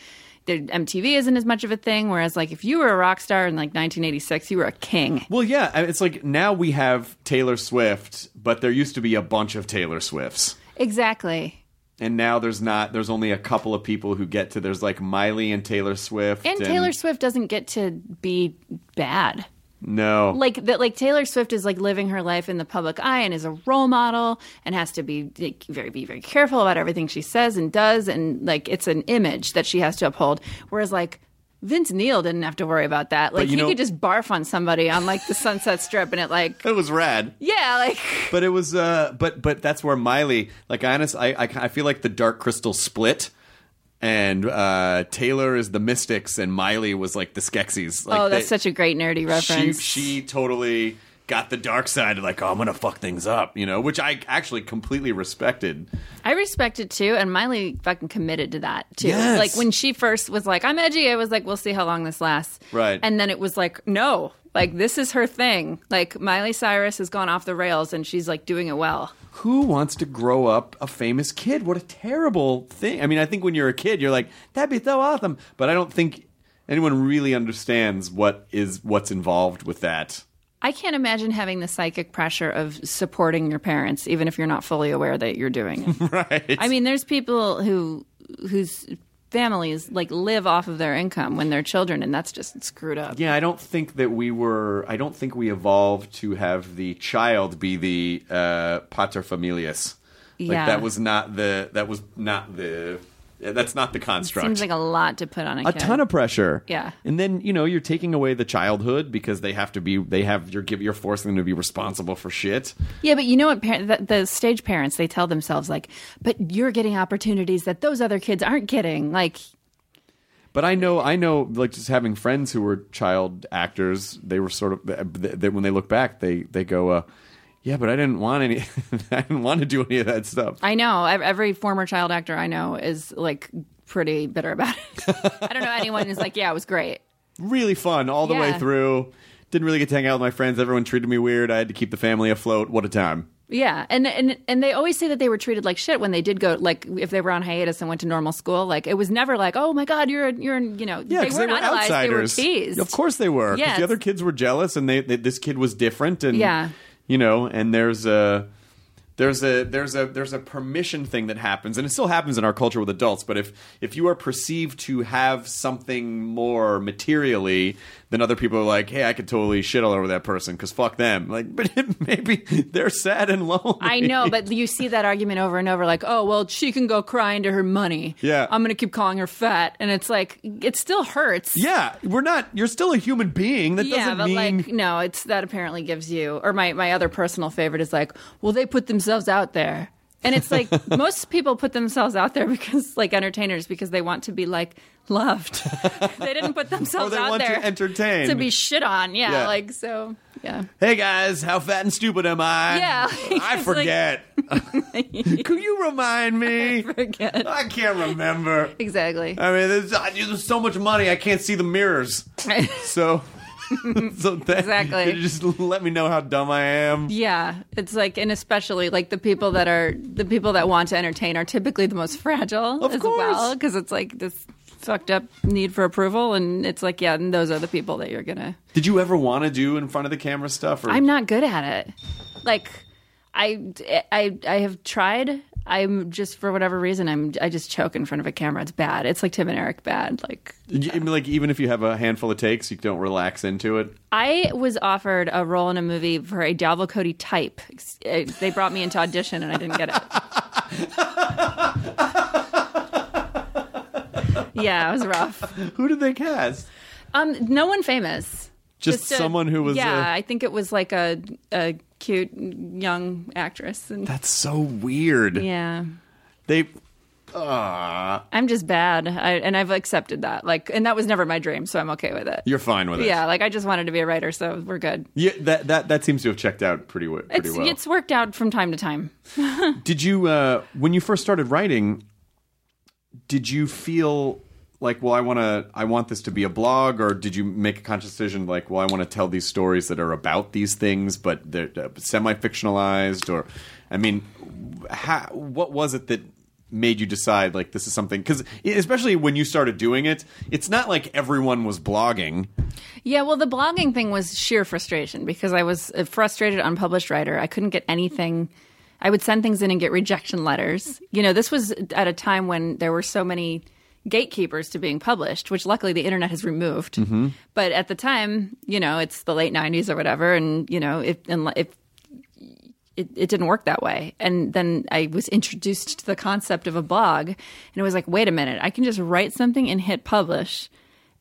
Speaker 7: their MTV isn't as much of a thing. Whereas like if you were a rock star in like 1986, you were a king.
Speaker 3: Well, yeah, I- it's like now we have Taylor Swift, but there used to be a bunch of Taylor Swifts.
Speaker 7: Exactly.
Speaker 3: And now there's not there's only a couple of people who get to there's like Miley and Taylor Swift
Speaker 7: And Taylor Swift doesn't get to be bad.
Speaker 3: No.
Speaker 7: Like that like Taylor Swift is like living her life in the public eye and is a role model and has to be like, very be very careful about everything she says and does and like it's an image that she has to uphold whereas like Vince Neil didn't have to worry about that. Like
Speaker 3: you
Speaker 7: he
Speaker 3: know-
Speaker 7: could just barf on somebody on like the Sunset Strip and it like
Speaker 3: it was rad.
Speaker 7: yeah, like
Speaker 3: But it was, uh, but but that's where Miley, like, I honest, I, I I feel like the Dark Crystal split, and uh, Taylor is the Mystics, and Miley was like the Skeksis. Like,
Speaker 7: Oh, that's
Speaker 3: they-
Speaker 7: such a great nerdy reference.
Speaker 3: She she totally got the dark side. Like, oh, I'm gonna fuck things up, you know, which I actually completely respected.
Speaker 7: I respect it too, and Miley fucking committed to that too.
Speaker 3: Yes.
Speaker 7: Like when she first was like, "I'm edgy," I was like, "We'll see how long this lasts."
Speaker 3: Right.
Speaker 7: And then it was like, "No, like this is her thing." Like Miley Cyrus has gone off the rails, and she's like doing it well.
Speaker 3: Who wants to grow up a famous kid? What a terrible thing. I mean, I think when you're a kid, you're like, that'd be so awesome. But I don't think anyone really understands what is what's involved with that.
Speaker 7: I can't imagine having the psychic pressure of supporting your parents, even if you're not fully aware that you're doing it.
Speaker 3: Right.
Speaker 7: I mean, there's people who whose families like live off of their income when they're children, and that's just screwed up.
Speaker 3: Yeah, I don't think that we were. I don't think we evolved to have the child be the uh, paterfamilias. Like
Speaker 7: Yeah.
Speaker 3: that was not the. That was not the. yeah, That's not the construct.
Speaker 7: Seems like a lot to put on a,
Speaker 3: a
Speaker 7: kid.
Speaker 3: ton of pressure.
Speaker 7: Yeah.
Speaker 3: and then you know you're taking away the childhood because they have to be. They have you're give you're forcing them to be responsible for shit.
Speaker 7: Yeah, but you know what? Par- the, the stage parents they tell themselves like, "But you're getting opportunities that those other kids aren't getting." Like,
Speaker 3: But I know, I know, like just having friends who were child actors, they were sort of th- th- when they look back, they they go, uh, yeah, but I didn't want any, I didn't want to do any of that stuff.
Speaker 7: I know ev- every former child actor I know is like pretty bitter about it. I don't know anyone who's like, "Yeah, it was great."
Speaker 3: Really fun all the way
Speaker 7: Yeah.
Speaker 3: through. Didn't really get to hang out with my friends. Everyone treated me weird. I had to keep the family afloat. What a time!
Speaker 7: Yeah, and and and they always say that they were treated like shit when they did go, like if they were on hiatus and went to normal school. Like it was never like, oh my god, you're a- you're an-" you know,
Speaker 3: Yeah,
Speaker 7: they
Speaker 3: 'cause
Speaker 7: weren't
Speaker 3: were
Speaker 7: idolized,
Speaker 3: outsiders.
Speaker 7: they were teased.
Speaker 3: Of course they were. 'cause
Speaker 7: Yes.
Speaker 3: the other kids were jealous, and they, they this kid was different, and
Speaker 7: Yeah.
Speaker 3: you know, and there's a there's a there's a there's a permission thing that happens, and it still happens in our culture with adults. But if if you are perceived to have something more materially, then other people are like, hey, I could totally shit all over that person because fuck them. Like, but maybe they're sad and lonely.
Speaker 7: I know, but you see that argument over and over, like, oh well, she can go cry into her money.
Speaker 3: Yeah.
Speaker 7: I'm gonna keep calling her fat, and it's like it still hurts.
Speaker 3: Yeah, we're not. You're still a human being. That
Speaker 7: yeah,
Speaker 3: doesn't
Speaker 7: but
Speaker 3: mean
Speaker 7: like no, it's that apparently gives you or my my other personal favorite is like, well, they put themselves out there. And it's like most people put themselves out there because like entertainers because they want to be like loved. they didn't put themselves
Speaker 3: oh, they
Speaker 7: out
Speaker 3: want to
Speaker 7: there
Speaker 3: entertain.
Speaker 7: to be shit on. Yeah,
Speaker 3: Yeah.
Speaker 7: like so yeah.
Speaker 3: Hey guys, how fat and stupid am I?
Speaker 7: Yeah, like,
Speaker 3: I
Speaker 7: it's
Speaker 3: forget. Could you remind me? I
Speaker 7: forget.
Speaker 3: I can't remember.
Speaker 7: Exactly.
Speaker 3: I mean, there's, I- there's so much money, I can't see the mirrors. So, so that,
Speaker 7: Exactly.
Speaker 3: you Just let me know how dumb I am.
Speaker 7: yeah, it's like and especially like the people that are the people that want to entertain are typically the most fragile
Speaker 3: Of
Speaker 7: as
Speaker 3: course.
Speaker 7: well because it's like this fucked up need for approval and it's like yeah, and those are the people that you're going to
Speaker 3: Did you ever want to do in front of the camera stuff? Or
Speaker 7: I'm not good at it. Like I I I have tried. I'm just for whatever reason I'm I just choke in front of a camera. It's bad. It's like Tim and Eric bad. Like
Speaker 3: You- I mean, like, even if you have a handful of takes, you don't relax into it.
Speaker 7: I was offered a role in a movie for a Dalville Cody type. Uh, They brought me into audition and I didn't get it. yeah, it was rough.
Speaker 3: Who did they cast?
Speaker 7: Um, no one famous.
Speaker 3: Just,
Speaker 7: a-
Speaker 3: someone who was.
Speaker 7: Yeah,
Speaker 3: uh,
Speaker 7: I think it was like a a cute young actress. And
Speaker 3: that's so weird.
Speaker 7: yeah.
Speaker 3: They. Ah.
Speaker 7: I'm just bad, I, and I've accepted that. Like, and that was never my dream, so I'm okay with it.
Speaker 3: You're fine with it.
Speaker 7: yeah, like I just wanted to be a writer, so we're good.
Speaker 3: Yeah, that that that seems to have checked out pretty, we- pretty
Speaker 7: It's
Speaker 3: well.
Speaker 7: it's worked out from time to time.
Speaker 3: Did you uh, when you first started writing? Did you feel like, well, I want to, I want this to be a blog, or did you make a conscious decision like, well, I want to tell these stories that are about these things, but they're uh, semi-fictionalized, or, I mean, how, what was it that made you decide like this is something? Because especially when you started doing it, it's not like everyone was blogging.
Speaker 7: Yeah, well, the blogging thing was sheer frustration because I was a frustrated, unpublished writer. I couldn't get anything. I would send things in and get rejection letters. You know, this was at a time when there were so many gatekeepers to being published, which luckily the internet has removed. But at the time, you know, it's the late '90s or whatever, and you know, if and if it, it didn't work that way. And then I was introduced to the concept of a blog, and it was like, wait a minute, I can just write something and hit publish,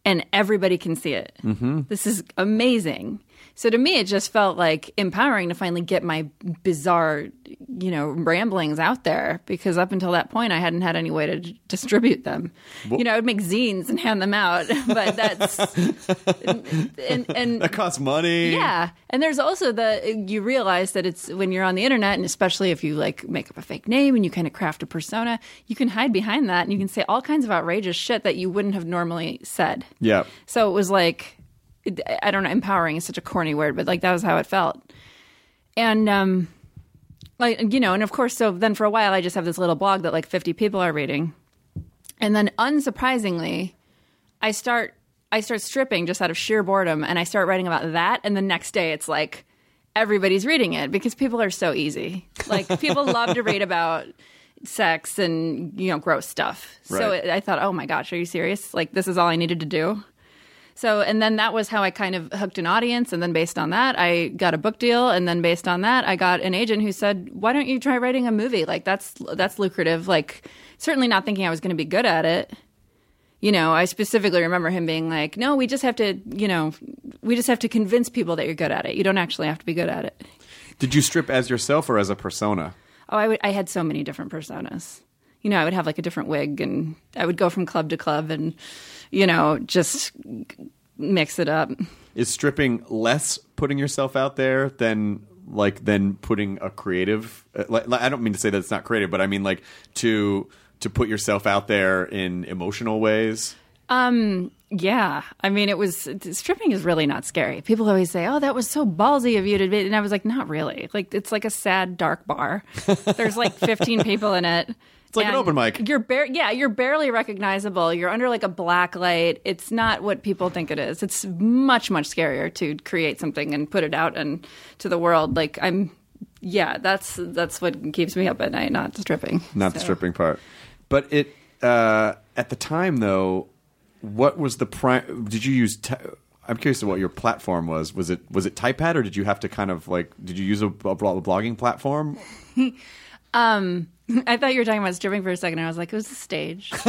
Speaker 7: and everybody can see it. Mm-hmm. This is amazing. So to me, it just felt like empowering to finally get my bizarre, you know, ramblings out there because up until that point, I hadn't had any way to d- distribute them. you know, I would make zines and hand them out, but that's and, and
Speaker 3: That costs money.
Speaker 7: yeah, and there's also the you realize that it's when you're on the internet, and especially if you like make up a fake name and you kind of craft a persona, you can hide behind that and you can say all kinds of outrageous shit that you wouldn't have normally said.
Speaker 3: yeah.
Speaker 7: So it was like, I don't know, empowering is such a corny word, but like that was how it felt. And, um, like, you know, and of course, so then for a while, I just have this little blog that like 50 people are reading. And then unsurprisingly, I start, I start stripping just out of sheer boredom, and I start writing about that. And the next day, it's like everybody's reading it because people are so easy. Like people love to read about sex and you know gross stuff. So
Speaker 3: Right.
Speaker 7: it, I thought, oh my gosh, are you serious? Like this is all I needed to do. So, and then that was how I kind of hooked an audience. And then based on that, I got a book deal. And then based on that, I got an agent who said, why don't you try writing a movie? Like, that's, that's lucrative. Like, certainly not thinking I was going to be good at it. You know, I specifically remember him being like, no, we just have to, you know, we just have to convince people that you're good at it. You don't actually have to be good at it.
Speaker 3: Did you strip as yourself or as a persona?
Speaker 7: Oh, I, would, I had so many different personas. You know, I would have like a different wig and I would go from club to club and, you know, just mix it up.
Speaker 3: Is stripping less putting yourself out there than like than putting a creative? uh, Like, like- I don't mean to say that it's not creative, but I mean like to to put yourself out there in emotional ways.
Speaker 7: Um. Yeah. I mean, it was stripping is really not scary. People always say, "Oh, that was so ballsy of you to," be-" and I was like, "Not really. Like, it's like a sad, dark bar. There's like 15 people in it. It's
Speaker 3: like an open mic.
Speaker 7: You're bare. Yeah, you're barely recognizable. You're under like a black light. It's not what people think it is. It's much, much scarier to create something and put it out and to the world. Like, I'm. Yeah, that's that's what keeps me up at night, not stripping.
Speaker 3: not the stripping part. But it uh, at the time though, what was the prime? Did you use? Ty- I'm curious to what your platform was. Was it was it Typepad or did you have to kind of like? Did you use a, a blo- blogging platform?
Speaker 7: Um, I thought you were talking about stripping for a second. and I was like, it was a stage.
Speaker 3: Did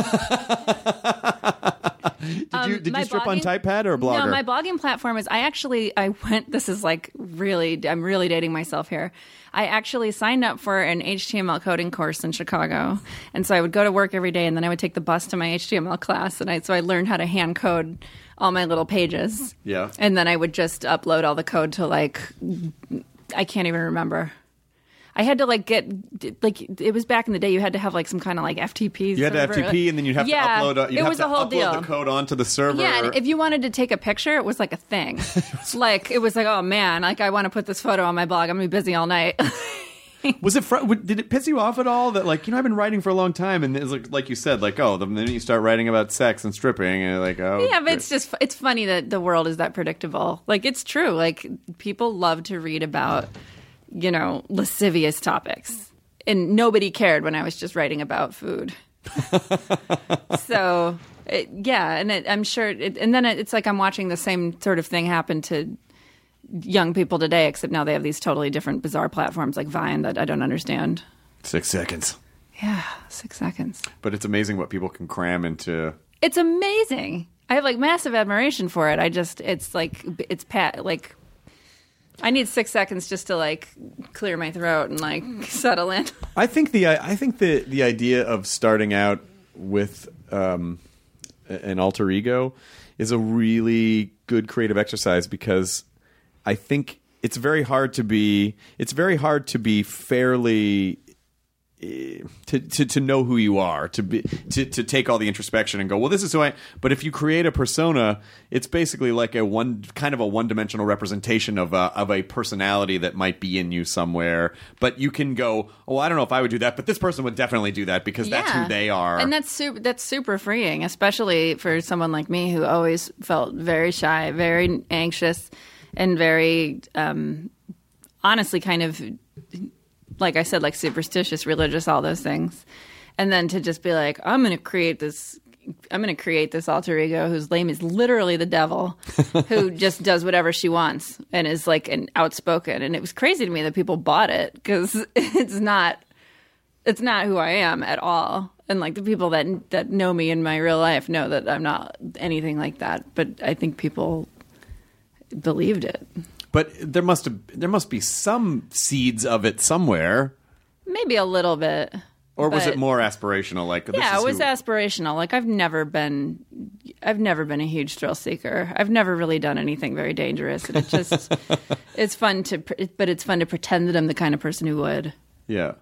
Speaker 3: you did
Speaker 7: Um, my
Speaker 3: you strip
Speaker 7: blogging-
Speaker 3: on Typepad or Blogger?
Speaker 7: No, my blogging platform is I actually I went this is like really I'm really dating myself here. I actually signed up for an HTML coding course in Chicago. And so I would go to work every day and then I would take the bus to my HTML class and I so I learned how to hand code all my little pages.
Speaker 3: Yeah.
Speaker 7: And then I would just upload all the code to like I can't even remember. I had to like get like it was back in the day. You had to have like some kind of like FTP.
Speaker 3: you had to
Speaker 7: server.
Speaker 3: FTP and then you'd have
Speaker 7: yeah,
Speaker 3: to upload. A, you'd
Speaker 7: it
Speaker 3: have
Speaker 7: was
Speaker 3: to
Speaker 7: a whole
Speaker 3: upload
Speaker 7: deal.
Speaker 3: the code onto the server.
Speaker 7: Yeah, and if you wanted to take a picture, it was like a thing. like it was like, oh man, like I want to put this photo on my blog. I'm gonna be busy all night.
Speaker 3: was it fr- would- did it piss you off at all that like you know I've been writing for a long time and it's like like you said like oh the minute you start writing about sex and stripping and like oh
Speaker 7: yeah, but
Speaker 3: great.
Speaker 7: it's just it's funny that the world is that predictable. Like it's true. Like people love to read about you know lascivious topics, and nobody cared when I was just writing about food. so it, yeah, and it, I'm sure. It, and then it, it's like I'm watching the same sort of thing happen to young people today, except now they have these totally different bizarre platforms like Vine that I don't understand.
Speaker 3: six seconds.
Speaker 7: Yeah, six seconds.
Speaker 3: But it's amazing what people can cram into
Speaker 7: It's amazing. I have like massive admiration for it. I just, it's like, it's pat, like, I need six seconds just to like clear my throat and like settle in.
Speaker 3: I think the I think the the idea of starting out with um, a- an alter ego is a really good creative exercise because I think it's very hard to be it's very hard to be fairly eh, to, to, to know who you are to be to, to take all the introspection and go well this is who i but if you create a persona it's basically like a one kind of a one-dimensional representation of a, of a personality that might be in you somewhere but you can go oh i don't know if i would do that but this person would definitely do that because that's who they are
Speaker 7: And that's super, that's super freeing, especially for someone like me who always felt very shy, very anxious, and very, um, honestly, kind of, like I said, like superstitious, religious, all those things. And then to just be like, I'm going to create this. I'm going to create this alter ego whose name is literally the devil, who just does whatever she wants and is like an outspoken. And it was crazy to me that people bought it because it's not it's not who I am at all. And like the people that that know me in my real life know that I'm not anything like that. But I think people believed it.
Speaker 3: but there must have there must be some seeds of it somewhere
Speaker 7: Maybe a little bit.
Speaker 3: or was
Speaker 7: But-
Speaker 3: it more aspirational like this
Speaker 7: yeah,
Speaker 3: is
Speaker 7: it was
Speaker 3: who-
Speaker 7: aspirational. Like I've never been, I've never been a huge thrill seeker. I've never really done anything very dangerous, and it just it's fun to, pre- but it's fun to pretend that I'm the kind of person who would.
Speaker 3: Yeah.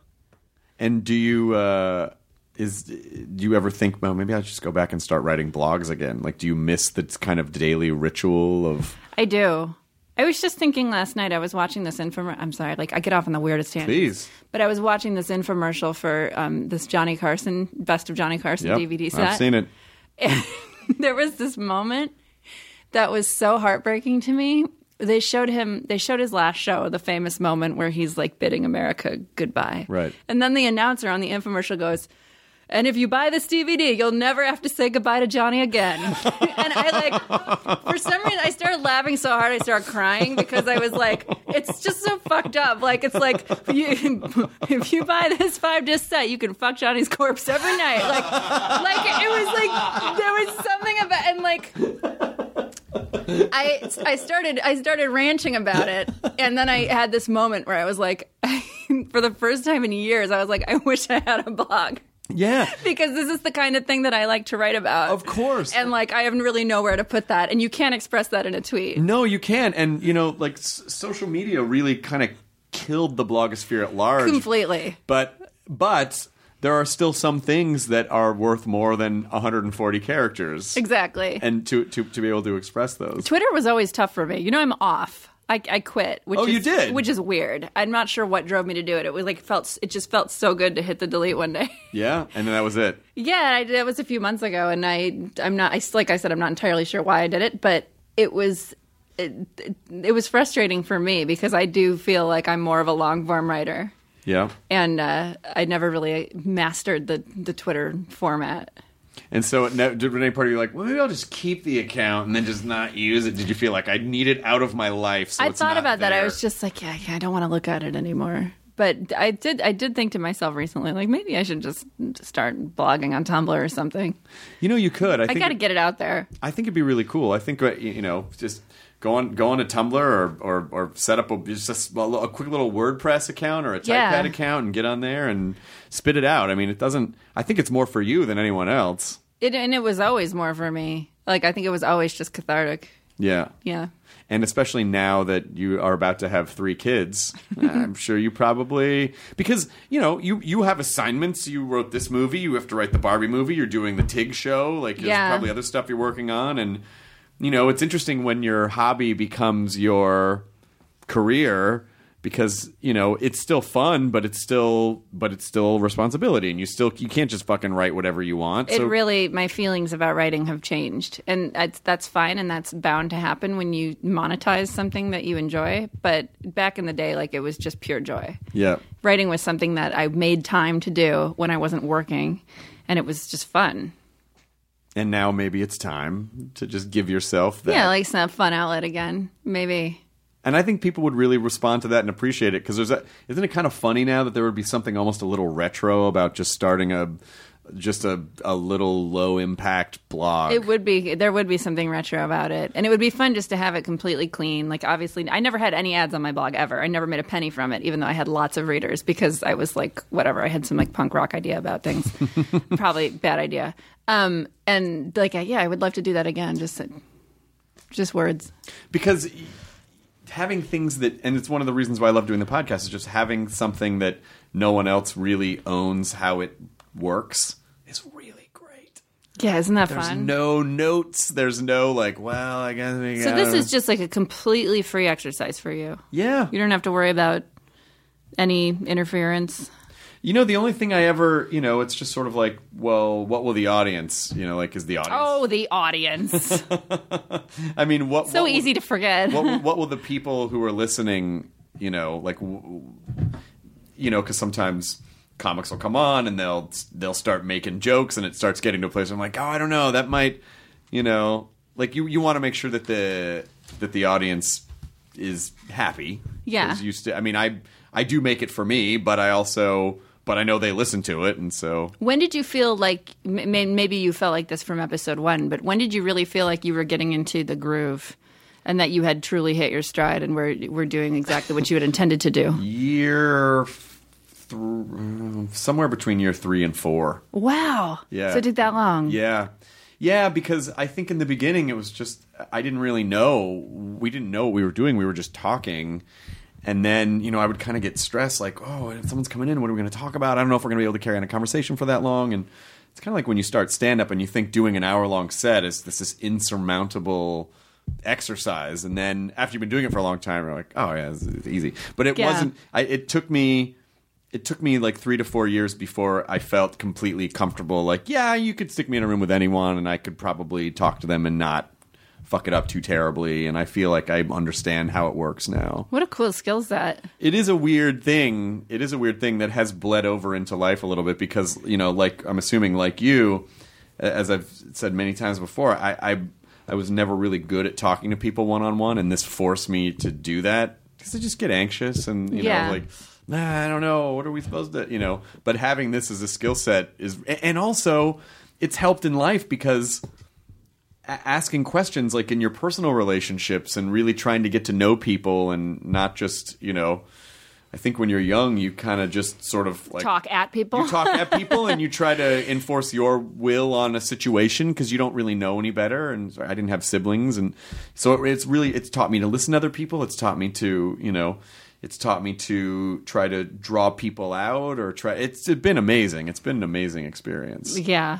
Speaker 3: And do you uh is do you ever think, well, maybe I should just go back and start writing blogs again? Like do you miss the kind of daily ritual of
Speaker 7: I do. I was just thinking last night. I was watching this infomer. I'm sorry. Like I get off on the weirdest tangent.
Speaker 3: Please.
Speaker 7: But I was watching this infomercial for um, this Johnny Carson Best of Johnny Carson
Speaker 3: Yep,
Speaker 7: DVD set.
Speaker 3: I've seen it.
Speaker 7: there was this moment that was so heartbreaking to me. They showed him. They showed his last show, the famous moment where he's like bidding America goodbye.
Speaker 3: Right.
Speaker 7: And then the announcer on the infomercial goes, "And if you buy this DVD, you'll never have to say goodbye to Johnny again." and I like, for some reason, I started laughing so hard I started crying because I was like, "It's just so fucked up." Like it's like you, if you buy this five disc set, you can fuck Johnny's corpse every night. Like, like it was like there was something about and like. I I started I started ranting about it, and then I had this moment where I was like, for the first time in years, I was like, I wish I had a blog
Speaker 3: Yeah.
Speaker 7: because this is the kind of thing that I like to write about.
Speaker 3: Of course.
Speaker 7: and like I have really nowhere to put that, and you can't express that in a tweet.
Speaker 3: No, you can, and you know, like s- social media really kind of killed the blogosphere at large.
Speaker 7: Completely.
Speaker 3: But but there are still some things that are worth more than 140 characters.
Speaker 7: Exactly.
Speaker 3: And to to to be able to express those.
Speaker 7: Twitter was always tough for me. You know, I'm off. I, I quit. Which
Speaker 3: Oh,
Speaker 7: is,
Speaker 3: you did?
Speaker 7: Which is weird. I'm not sure what drove me to do it. It was like felt. It just felt so good to hit the delete one day.
Speaker 3: Yeah, and then that was it.
Speaker 7: Yeah, I, that was a few months ago, and I, I'm not. I like I said, I'm not entirely sure why I did it, but it was, it, it, it was frustrating for me because I do feel like I'm more of a long form writer,
Speaker 3: Yeah.
Speaker 7: and uh, I never really mastered the the Twitter format.
Speaker 3: And so it ne- did Renee part of you like, well, maybe I'll just keep the account and then just not use it. Did you feel like I need it out of my life? So
Speaker 7: I
Speaker 3: it's
Speaker 7: thought
Speaker 3: not
Speaker 7: about that. I
Speaker 3: there?
Speaker 7: was just like, yeah, yeah, I don't want to look at it anymore. But I did. I did think to myself recently, like maybe I should just start blogging on Tumblr or something.
Speaker 3: you know, you could. I,
Speaker 7: I,
Speaker 3: think
Speaker 7: got to get it out there.
Speaker 3: I think it'd be really cool. I think uh, y- you know, just go on go on a Tumblr or or, or set up a just a, s- a li- a quick little WordPress account or a
Speaker 7: Yeah.
Speaker 3: Typepad account and get on there and spit it out. I mean, it doesn't. I think it's more for you than anyone else.
Speaker 7: It, and it was always more for me. Like I think it was always just cathartic.
Speaker 3: Yeah.
Speaker 7: Yeah.
Speaker 3: And especially now that you are about to have three kids, I'm sure you probably because you know you you have assignments. You wrote this movie. You have to write the Barbie movie. You're doing the Tig show. Like there's
Speaker 7: Yeah.
Speaker 3: probably other stuff you're working on, and you know it's interesting when your hobby becomes your career because you know it's still fun, but it's still but it's still responsibility, and you still you can't just fucking write whatever you want.
Speaker 7: It
Speaker 3: so,
Speaker 7: really, my feelings about writing have changed. And that's, that's fine. And that's bound to happen when you monetize something that you enjoy. But back in the day, like it was just pure joy.
Speaker 3: yeah.
Speaker 7: Writing was something that I made time to do when I wasn't working. And it was just fun.
Speaker 3: And now maybe it's time to just give yourself that.
Speaker 7: Yeah, like some fun outlet again. Maybe.
Speaker 3: And I think people would really respond to that and appreciate it because there's a, isn't it kind of funny now that there would be something almost a little retro about just starting a just a, a little low impact blog.
Speaker 7: It would be there would be something retro about it, and it would be fun just to have it completely clean. Like obviously, I never had any ads on my blog ever. I never made a penny from it, even though I had lots of readers because I was like whatever. I had some like punk rock idea about things, probably bad idea. Um, and like I- yeah, I would love to do that again. Just just words.
Speaker 3: because having things that and it's one of the reasons why I love doing the podcast is just having something that no one else really owns how it works is really great.
Speaker 7: Yeah, isn't that
Speaker 3: There's
Speaker 7: fun?
Speaker 3: no notes. There's no like, well, I guess we
Speaker 7: so
Speaker 3: got
Speaker 7: this is just like a completely free exercise for you.
Speaker 3: yeah.
Speaker 7: You don't have to worry about any interference.
Speaker 3: You know, the only thing I ever, you know, it's just sort of like, well, what will the audience, you know, like is the audience?
Speaker 7: Oh, the audience.
Speaker 3: I mean, what?
Speaker 7: so
Speaker 3: what
Speaker 7: easy to forget.
Speaker 3: Will, what, what will the people who are listening, you know, like, w- w- you know, because sometimes comics will come on and they'll they'll start making jokes and it starts getting to a place. Where I'm like, oh, I don't know, that might, you know, like you you want to make sure that the that the audience is happy.
Speaker 7: Yeah.
Speaker 3: 'Cause You st- I mean, I I do make it for me, but I also. But I know they listen to it, and so
Speaker 7: When did you feel like m- may- maybe you felt like this from episode one, but when did you really feel like you were getting into the groove and that you had truly hit your stride and were were doing exactly what you had intended to do?
Speaker 3: year f- thr- somewhere between year three and four.
Speaker 7: Wow!
Speaker 3: Yeah.
Speaker 7: so it took that long.
Speaker 3: Yeah. Yeah, because I think in the beginning it was just I didn't really know. We didn't know what we were doing. We were just talking. And then, you know, I would kind of get stressed like, oh, if someone's coming in, what are we going to talk about? I don't know if we're going to be able to carry on a conversation for that long. And it's kind of like when you start stand up and you think doing an hour long set is this is insurmountable exercise. And then after you've been doing it for a long time, you're like, oh, yeah, it's, it's easy. But it
Speaker 7: Yeah.
Speaker 3: wasn't, I, it took me it took me like three to four years before I felt completely comfortable. Like, yeah, you could stick me in a room with anyone, and I could probably talk to them and not fuck it up too terribly, and I feel like I understand how it works now.
Speaker 7: What a cool skill set.
Speaker 3: It is a weird thing. It is a weird thing that has bled over into life a little bit because you know, like I'm assuming, like you, a- as I've said many times before, I I, I was never really good at talking to people one on one, and this forced me to do that because I just get anxious and you
Speaker 7: Yeah.
Speaker 3: know like. Nah, I don't know. What are we supposed to, you know? But having this as a skill set is, a- and also, it's helped in life because a- asking questions like in your personal relationships and really trying to get to know people and not just you know i think when you're young you kind of just sort of like
Speaker 7: Talk at people.
Speaker 3: you talk at people and you try to enforce your will on a situation because you don't really know any better and i didn't have siblings and so it, it's really it's taught me to listen to other people it's taught me to you know it's taught me to try to draw people out or try it's been amazing it's been an amazing experience
Speaker 7: yeah.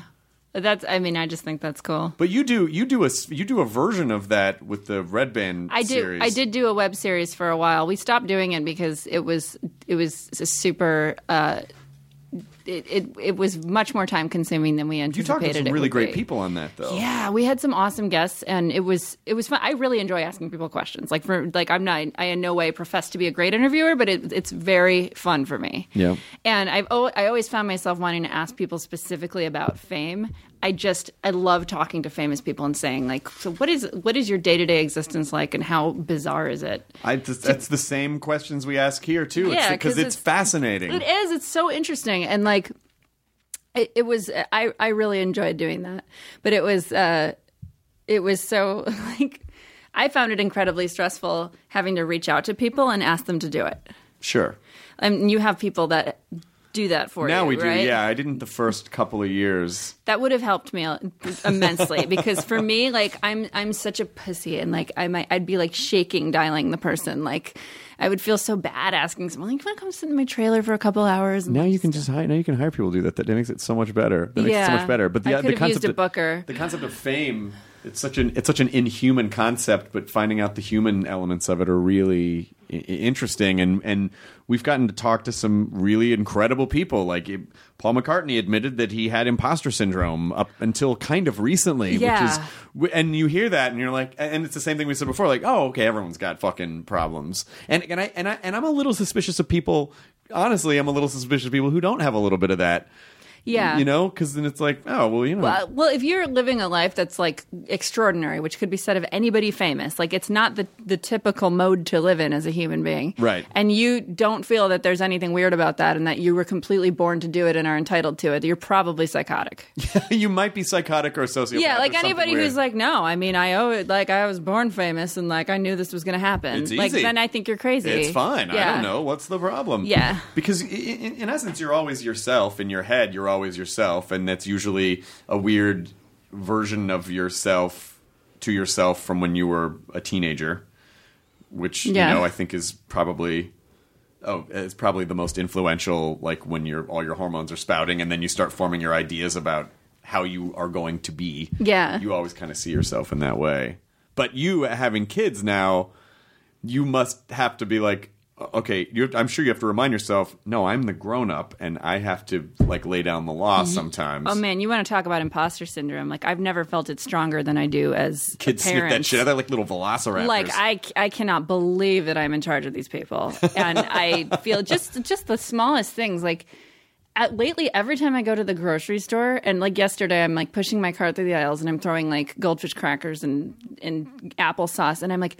Speaker 7: That's, I mean, I just think that's cool.
Speaker 3: but you do you do a s- you do a version of that with the Red Band.
Speaker 7: I do.
Speaker 3: Series.
Speaker 7: I did do a web series for a while. We stopped doing it because it was it was a super. Uh, it, it it was much more time consuming than we
Speaker 3: You talked
Speaker 7: anticipated.
Speaker 3: to some
Speaker 7: it
Speaker 3: really
Speaker 7: would
Speaker 3: great
Speaker 7: be.
Speaker 3: people on that though.
Speaker 7: Yeah, we had some awesome guests, and it was it was fun. I really enjoy asking people questions. Like for like, I'm not I in no way profess to be a great interviewer, but it, it's very fun for me.
Speaker 3: Yeah.
Speaker 7: and I've al- I always found myself wanting to ask people specifically about fame. I just I love talking to famous people and saying like, so what is what is your day to day existence like, and how bizarre is it?
Speaker 3: I just, that's the same questions we ask here too.
Speaker 7: Yeah,
Speaker 3: because
Speaker 7: 'cause
Speaker 3: it's,
Speaker 7: it's-
Speaker 3: fascinating.
Speaker 7: It is. It's so interesting, and like, it, it was. I I really enjoyed doing that, but it was. uh It was so like. I found it incredibly stressful having to reach out to people and ask them to do it.
Speaker 3: Sure.
Speaker 7: And you have people that do that for you.
Speaker 3: Now we do.
Speaker 7: right?
Speaker 3: Yeah, I didn't the first couple of years.
Speaker 7: that would have helped me immensely because for me like i'm i'm such a pussy and like i might i'd be like shaking dialing the person like i would feel so bad asking someone like you want to come sit in my trailer for a couple hours and
Speaker 3: Now you can just hire. Now you can hire people to do that. That makes it so much better. That makes it so
Speaker 7: Yeah.
Speaker 3: much better. But the, uh, the
Speaker 7: I could have
Speaker 3: concept
Speaker 7: used a
Speaker 3: of-
Speaker 7: booker.
Speaker 3: The concept of fame. It's such an it's such an inhuman concept, but finding out the human elements of it are really I- i- interesting. And and we've gotten to talk to some really incredible people. Like it, Paul McCartney admitted that he had imposter syndrome up until kind of recently, which is
Speaker 7: Yeah.
Speaker 3: W- and you hear that and you're like and it's the same thing we said before like oh okay everyone's got fucking problems and and I and I and I'm a little suspicious of people honestly I'm a little suspicious of people who don't have a little bit of that
Speaker 7: yeah
Speaker 3: you know cuz then it's like oh well you know
Speaker 7: well, Uh, well, if you're living a life that's like extraordinary, which could be said of anybody famous, like it's not the, the typical mode to live in as a human being.
Speaker 3: Right.
Speaker 7: And you don't feel that there's anything weird about that and that you were completely born to do it and are entitled to it, you're probably psychotic.
Speaker 3: you might be psychotic or a sociopath
Speaker 7: yeah,
Speaker 3: or
Speaker 7: like
Speaker 3: something
Speaker 7: anybody
Speaker 3: weird.
Speaker 7: who's like, no, I mean, I owe it. Like, I was born famous, and like, I knew this was gonna happen.
Speaker 3: It's
Speaker 7: Like,
Speaker 3: easy.
Speaker 7: then I think you're crazy.
Speaker 3: It's fine. I
Speaker 7: Yeah.
Speaker 3: don't know. What's the problem?
Speaker 7: Yeah.
Speaker 3: Because i- i- in, in essence, you're always yourself. In your head, you're always yourself. And that's usually a weird version of yourself to yourself from when you were a teenager, which,
Speaker 7: Yeah.
Speaker 3: you know, I think is probably. Oh, it's probably the most influential. Like when your all your hormones are spouting, and then you start forming your ideas about how you are going to be.
Speaker 7: Yeah.
Speaker 3: you always kind of see yourself in that way. But you having kids now, you must have to be like okay you i'm sure you have to remind yourself no i'm the grown up and i have to like lay down the law sometimes
Speaker 7: Oh man, you want to talk about imposter syndrome? Like, I've never felt it stronger than I do as
Speaker 3: kids
Speaker 7: a
Speaker 3: sniff
Speaker 7: parent.
Speaker 3: that shit out they're like little velociraptors
Speaker 7: Like I, I cannot believe that I'm in charge of these people, and I feel just just the smallest things. Like at, lately, every time I go to the grocery store, and like yesterday, I'm like pushing my cart through the aisles, and I'm throwing like goldfish crackers and and applesauce, and I'm like,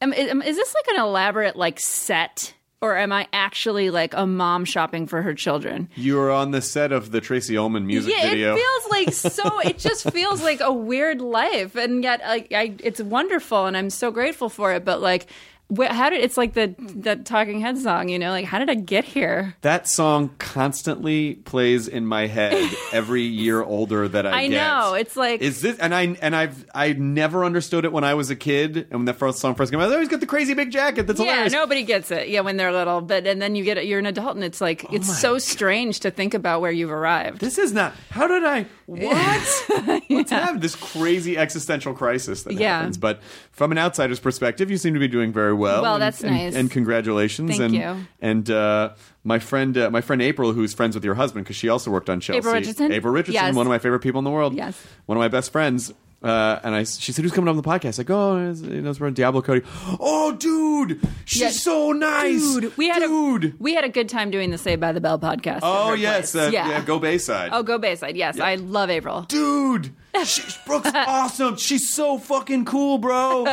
Speaker 7: am, am- is this like an elaborate like set? Or am I actually like a mom shopping for her children?
Speaker 3: you were on the set of the tracy ullman music
Speaker 7: yeah,
Speaker 3: video
Speaker 7: it feels like so. It just feels like a weird life, and yet like I, it's wonderful, and I'm so grateful for it. But like, wh- how did it's like the that Talking Head song, you know? Like, how did I get here?
Speaker 3: that song constantly plays in my head every year older that I,
Speaker 7: I
Speaker 3: get.
Speaker 7: know, it's like-
Speaker 3: is this and I and I've I never understood it when I was a kid and when the first song first came out. Oh, he's got the crazy big jacket. That's
Speaker 7: yeah,
Speaker 3: hilarious.
Speaker 7: nobody gets it. Yeah, when they're little, but and then you get it. You're an adult, and it's like it's so strange to think about where you've arrived.
Speaker 3: Oh this is not how did i what let's have this crazy existential crisis that
Speaker 7: Yeah.
Speaker 3: happens but from an outsider's perspective you seem to be doing very well
Speaker 7: Well,
Speaker 3: and-
Speaker 7: that's
Speaker 3: and-
Speaker 7: nice.
Speaker 3: and congratulations and
Speaker 7: Thank you.
Speaker 3: and uh, my friend uh, my friend april who's friends with your husband because she also worked on chelsea
Speaker 7: April Richardson?
Speaker 3: april richardson
Speaker 7: Yes.
Speaker 3: one of my favorite people in the world
Speaker 7: Yes.
Speaker 3: one of my best friends Uh, and I, she said, "Who's coming on the podcast?" I go, "Oh, it's, you know, it's Diablo Cody." Oh, dude, she's
Speaker 7: Yeah.
Speaker 3: so nice,
Speaker 7: Dude, we had
Speaker 3: dude.
Speaker 7: a we had a good time doing the Saved by the Bell podcast. at
Speaker 3: oh
Speaker 7: her
Speaker 3: yes,
Speaker 7: place.
Speaker 3: uh, yeah. Go Bayside.
Speaker 7: Oh, go Bayside. Yes, I love April.
Speaker 3: dude, she's Brooke's awesome. She's so fucking cool, bro.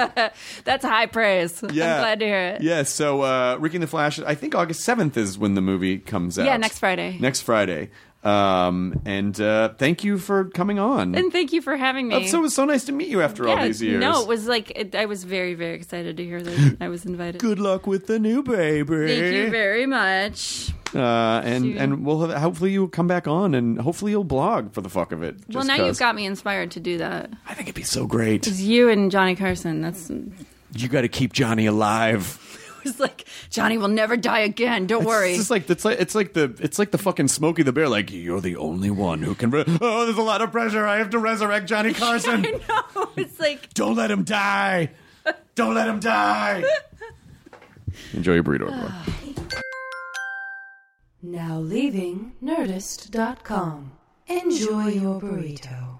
Speaker 7: That's high praise.
Speaker 3: Yeah,
Speaker 7: I'm glad to hear it.
Speaker 3: Yeah, so uh, Ricky and the Flash. I think August seventh is when the movie comes out.
Speaker 7: Yeah, next Friday.
Speaker 3: Next Friday. Um, and uh, thank you for coming on.
Speaker 7: And thank you for having me.
Speaker 3: Uh, so it was so nice to meet you after all
Speaker 7: Yeah,
Speaker 3: these years.
Speaker 7: No, it was like it, I was very, very excited to hear that I was invited.
Speaker 3: Good luck with the new baby.
Speaker 7: Thank you very much.
Speaker 3: Uh, and and we'll have, hopefully you'll come back on and hopefully you'll blog for the fuck of it.
Speaker 7: well,
Speaker 3: just
Speaker 7: now
Speaker 3: 'cause.
Speaker 7: you've got me inspired to do that.
Speaker 3: I think it'd be so great.
Speaker 7: It's you and Johnny Carson. That's
Speaker 3: You got to keep Johnny alive.
Speaker 7: it's like Johnny will never die again. Don't worry.
Speaker 3: It's just like it's like it's like the it's like the fucking Smokey the Bear. Like you're the only one who can. Re- oh, there's a lot of pressure. I have to resurrect Johnny Carson.
Speaker 7: no, it's like
Speaker 3: Don't let him die. Don't let him die. Enjoy your burrito. everyone.
Speaker 6: Now leaving Nerdist.com. Enjoy your burrito.